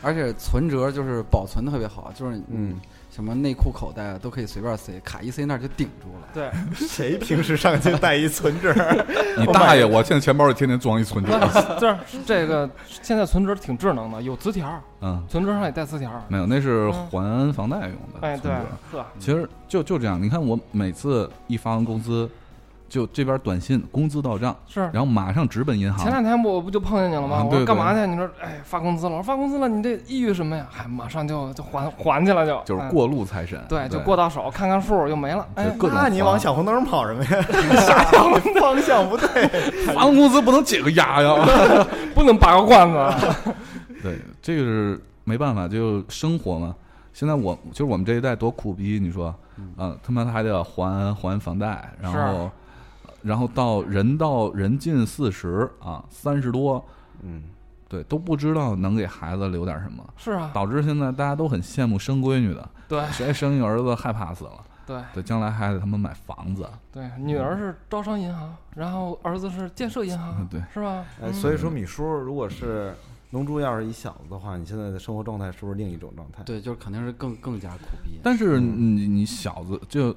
Speaker 2: 而且存折就是保存特别好，就是
Speaker 1: 嗯，
Speaker 2: 什么内裤口袋啊都可以随便塞，卡一塞那儿就顶住了。
Speaker 4: 对，
Speaker 1: 谁平时上街带一存折儿？
Speaker 3: 你大爷！我现在钱包里天天装一存 折。
Speaker 4: 不这这个现在存折挺智能的，有磁条儿，
Speaker 3: 嗯，
Speaker 4: 存折上也带磁条儿。
Speaker 3: 没有，那是还房贷用的
Speaker 4: 嗯哎，
Speaker 3: 存折。
Speaker 4: 对，呵，
Speaker 3: 其实就就这样，你看我每次一发完工资，就这边短信工资到账，
Speaker 4: 是。
Speaker 3: 然后马上直奔银行
Speaker 4: 前。两天我不就碰见你了吗？
Speaker 3: 啊
Speaker 4: 我
Speaker 3: 对
Speaker 4: 说
Speaker 3: 对
Speaker 4: 干嘛去？你说，哎，发工资了。我说发工资了，你这抑郁什么呀？哎，马上就就还还去了，就
Speaker 3: 就是
Speaker 4: 哎
Speaker 3: 过路财神，
Speaker 4: 对，就过到手，看看数就没了。
Speaker 3: 就
Speaker 4: 哎，
Speaker 3: 各种
Speaker 1: 那你
Speaker 3: 花
Speaker 1: 往小红灯跑什么 呀？啥小红灯？方向不对。
Speaker 3: 发完工资不能解个 压呀。
Speaker 4: 不能拔个罐子。
Speaker 3: 对，这个是没办法，就生活嘛。现在我就是我们这一代多苦逼，你说，嗯、他妈的还得还还房贷，然
Speaker 4: 是啊
Speaker 3: 后，然后到人到人近四十啊，三十多，
Speaker 1: 嗯，
Speaker 3: 对，都不知道能给孩子留点什么，
Speaker 4: 是啊，
Speaker 3: 导致现在大家都很羡慕生闺女的，
Speaker 4: 对
Speaker 3: 谁生一儿子害怕死了，
Speaker 4: 对嗯
Speaker 3: 对，将来还得他妈买房子，
Speaker 4: 对，女儿是招商银行，然后儿子是建设银行
Speaker 3: 嗯，对
Speaker 4: 是吧？
Speaker 1: 哎，所以说米叔，如果是龙珠要是一小子的话，你现在的生活状态是不是另一种状态？
Speaker 2: 对，就是肯定是更更加苦逼。
Speaker 3: 但是你你小子就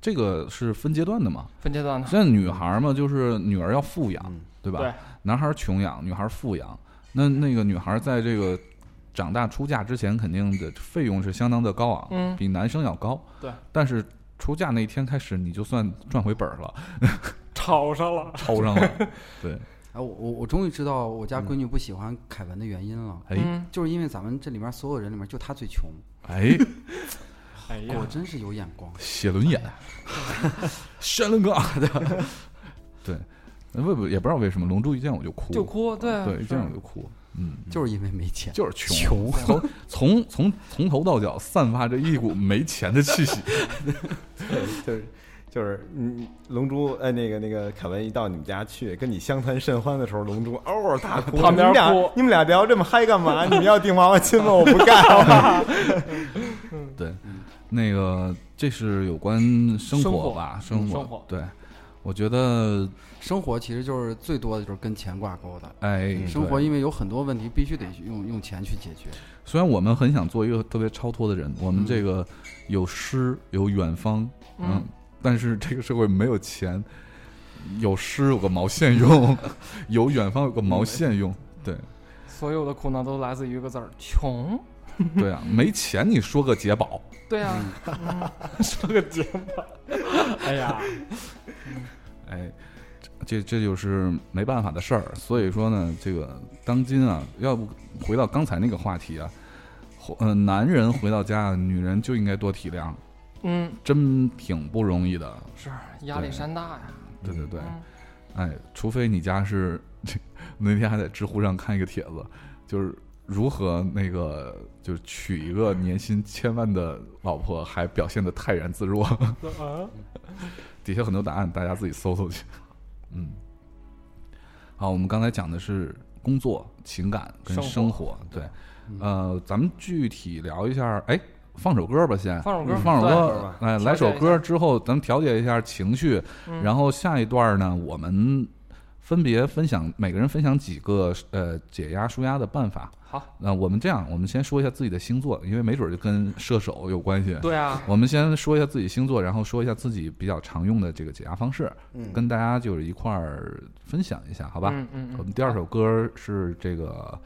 Speaker 3: 这个是分阶段的嘛，
Speaker 4: 分阶段的，
Speaker 3: 现在女孩嘛，就是女儿要富养，
Speaker 1: 嗯
Speaker 3: 对吧？
Speaker 4: 对
Speaker 3: 男孩儿穷养，女孩儿富养。那那个女孩儿在这个长大出嫁之前，肯定的费用是相当的高昂，
Speaker 4: 嗯
Speaker 3: 比男生要高。
Speaker 4: 对，
Speaker 3: 但是出嫁那天开始，你就算赚回本儿了，
Speaker 4: 吵上了。
Speaker 3: 超上了。 对，
Speaker 2: 哎，我我我终于知道我家
Speaker 6: 嗯
Speaker 2: 闺女不喜欢凯文的原因了，
Speaker 3: 哎、
Speaker 4: 嗯，
Speaker 2: 就是因为咱们这里面所有人里面就她最穷，
Speaker 3: 哎，
Speaker 6: 哎呀嗯
Speaker 2: 果，真是有眼光。
Speaker 3: 写轮眼，闪了个的， 对，那为不也不知道为什么《龙珠》一见我就哭，
Speaker 4: 就哭，对
Speaker 3: 啊对，一见我
Speaker 4: 是
Speaker 3: 就哭，嗯，
Speaker 2: 就是因为没钱，
Speaker 3: 就是穷，从从从从头到脚散发着一股没钱的气息，
Speaker 6: 就是就是，嗯，龙珠，哎，那个那个凯文一到你们家去，跟你相谈甚欢的时候，龙珠嗷嗷大 哭，
Speaker 4: 旁边
Speaker 6: 你们俩
Speaker 4: 哭
Speaker 6: 你们俩聊这么嗨干嘛？你们要订娃娃亲吗？我不干，好吧？
Speaker 3: 对，那个这是有关生活吧，生活，
Speaker 4: 生活生活
Speaker 3: 对，我觉得，
Speaker 2: 生活其实就是最多的就是跟钱挂钩的。
Speaker 3: 哎，
Speaker 6: 嗯
Speaker 2: 嗯生
Speaker 3: 对
Speaker 2: 活因为有很多问题必须得用用钱去解决。
Speaker 3: 虽然我们很想做一个特别超脱的人，我们
Speaker 2: 嗯
Speaker 3: 这个有诗有远方，嗯，
Speaker 4: 嗯
Speaker 3: 但是这个社会没有钱，有诗有个毛线用， 有远方有个毛线用，对
Speaker 4: 所有的苦恼都来自于一个字儿穷。
Speaker 3: 对啊，没钱你说个解宝，
Speaker 4: 对啊，
Speaker 6: 这个节目，哎呀，
Speaker 3: 哎，这这就是没办法的事儿。所以说呢，这个当今啊，要不回到刚才那个话题啊，回呃，男人回到家，女人就应该多体谅，
Speaker 4: 嗯，
Speaker 3: 真挺不容易的。
Speaker 4: 是压力山大呀。
Speaker 3: 对对对，
Speaker 4: 嗯
Speaker 3: 哎，除非你家是，那天还在知乎上看一个帖子，就是如何那个就是娶一个年薪千万的老婆，还表现的泰然自若。
Speaker 4: 啊
Speaker 3: 底下很多答案，大家自己搜搜去。 嗯，好，我们刚才讲的是工作、情感跟
Speaker 4: 生活
Speaker 3: 生活，对，呃，咱们具体聊一下，哎。放首歌吧，先
Speaker 4: 放首歌
Speaker 3: 放首
Speaker 4: 对
Speaker 3: 歌，哎，来首歌之后，咱们调节一下情绪，
Speaker 4: 嗯
Speaker 3: 然后下一段呢，我们分别分享每个人分享几个呃解压舒压的办法。
Speaker 4: 好，
Speaker 3: 那我们这样，我们先说一下自己的星座，因为没准儿就跟射手有关系。
Speaker 4: 对啊，
Speaker 3: 我们先说一下自己星座，然后说一下自己比较常用的这个解压方式，跟大家就是一块儿分享一下，好吧？
Speaker 4: 嗯嗯
Speaker 3: 我
Speaker 4: 嗯，
Speaker 3: 们第二首歌是这个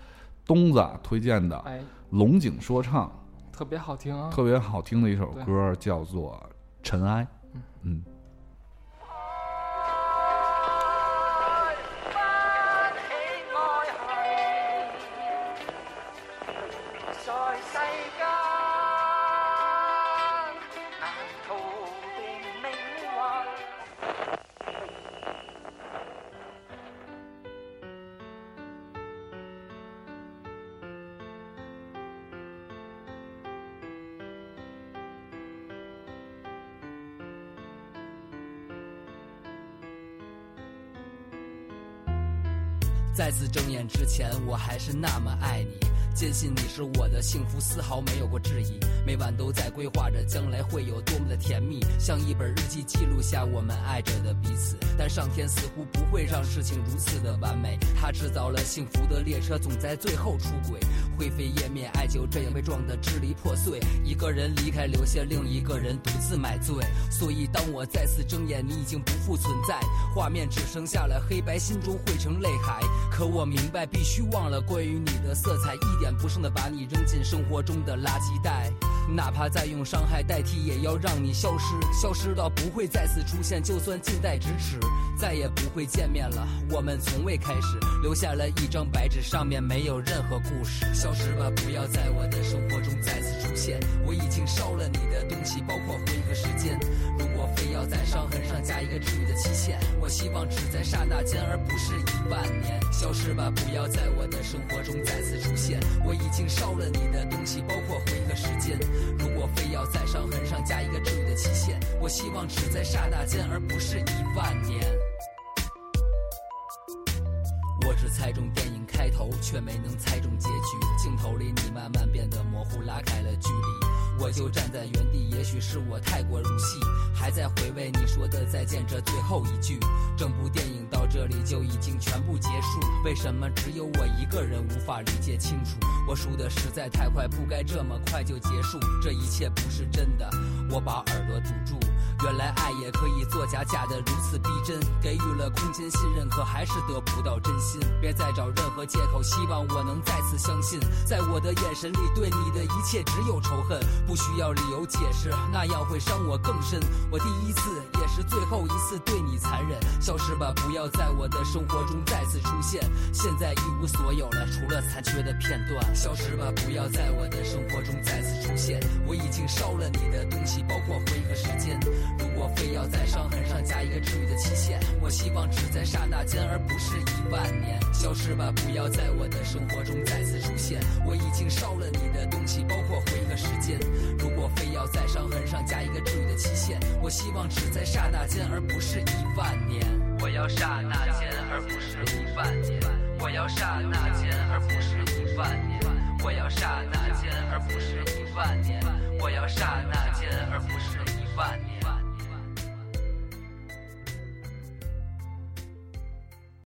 Speaker 3: 东子推荐的
Speaker 4: 哎，
Speaker 3: 龙井说唱，
Speaker 4: 特别好听啊。
Speaker 3: 特别好听的一首
Speaker 4: 对
Speaker 3: 歌，叫做《尘埃》。嗯，
Speaker 7: 再次睁眼之前，我还是那么爱你，坚信你是我的幸福，丝毫没有过质疑。每晚都在规划着将来会有多么的甜蜜，像一本日记记录下我们爱着的彼此。但上天似乎不会让事情如此的完美，他制造了幸福的列车，总在最后出轨。灰飞烟灭，爱就这样被撞得支离破碎。一个人离开，留下另一个人独自买醉。所以当我再次睁眼，你已经不复存在，画面只剩下了黑白，心中汇成泪海。可我明白，必须忘了关于你的色彩，一点不剩的把你扔进生活中的垃圾袋。哪怕再用伤害代替，也要让你消失，消失到不会再次出现。就算近在咫尺，再也不会见面了。我们从未开始，留下了一张白纸，上面没有任何故事。消失吧，不要在我的生活中再次出现。我已经烧了你的东西，包括回和时间。如果非要在伤痕上加一个治愈的期限，我希望只在刹那间，而不是一万年。消失吧，不要在我的生活中再次出现。我已经烧了你的东西，包括回和时间。如果非要在伤痕上加一个治愈的期限，我希望只在刹那间，而不是一万年。我只猜中电影开头，却没能猜中结局。镜头里你慢慢变得模糊，拉开了距离。我就站在原地，也许是我太过入戏，还在回味你说的再见这最后一句。整部电影到这里就已经全部结束，为什么只有我一个人无法理解清楚？我输的实在太快，不该这么快就结束。这一切不是真的，我把耳朵堵住。原来爱也可以作假，假得如此逼真，给予了空间信任，可还是得不到真心。别再找任何借口，希望我能再次相信，在我的眼神里对你的一切只有仇恨，不需要理由解释，那样会伤我更深。我第一次也是最后一次对你残忍，消失吧，不要在我的生活中再次出现。现在一无所有了，除了残缺的片段。消失吧，不要在我的生活中再次出现。我已经烧了你的东西，包括回忆和时间。如果非要在伤痕上加一个治愈的期限，我希望只在刹那间，而不是一万年。消失吧，不要在我的生活中再次出现。我已经烧了你的东西，包括回忆和时间。如果非要在伤痕上加一个治愈的期限，我希望只在刹那间，而不是一万年。我要刹那间，而不是一万年。我要刹那间，而不是一万年。我要刹那间，而不是一万年。我要刹那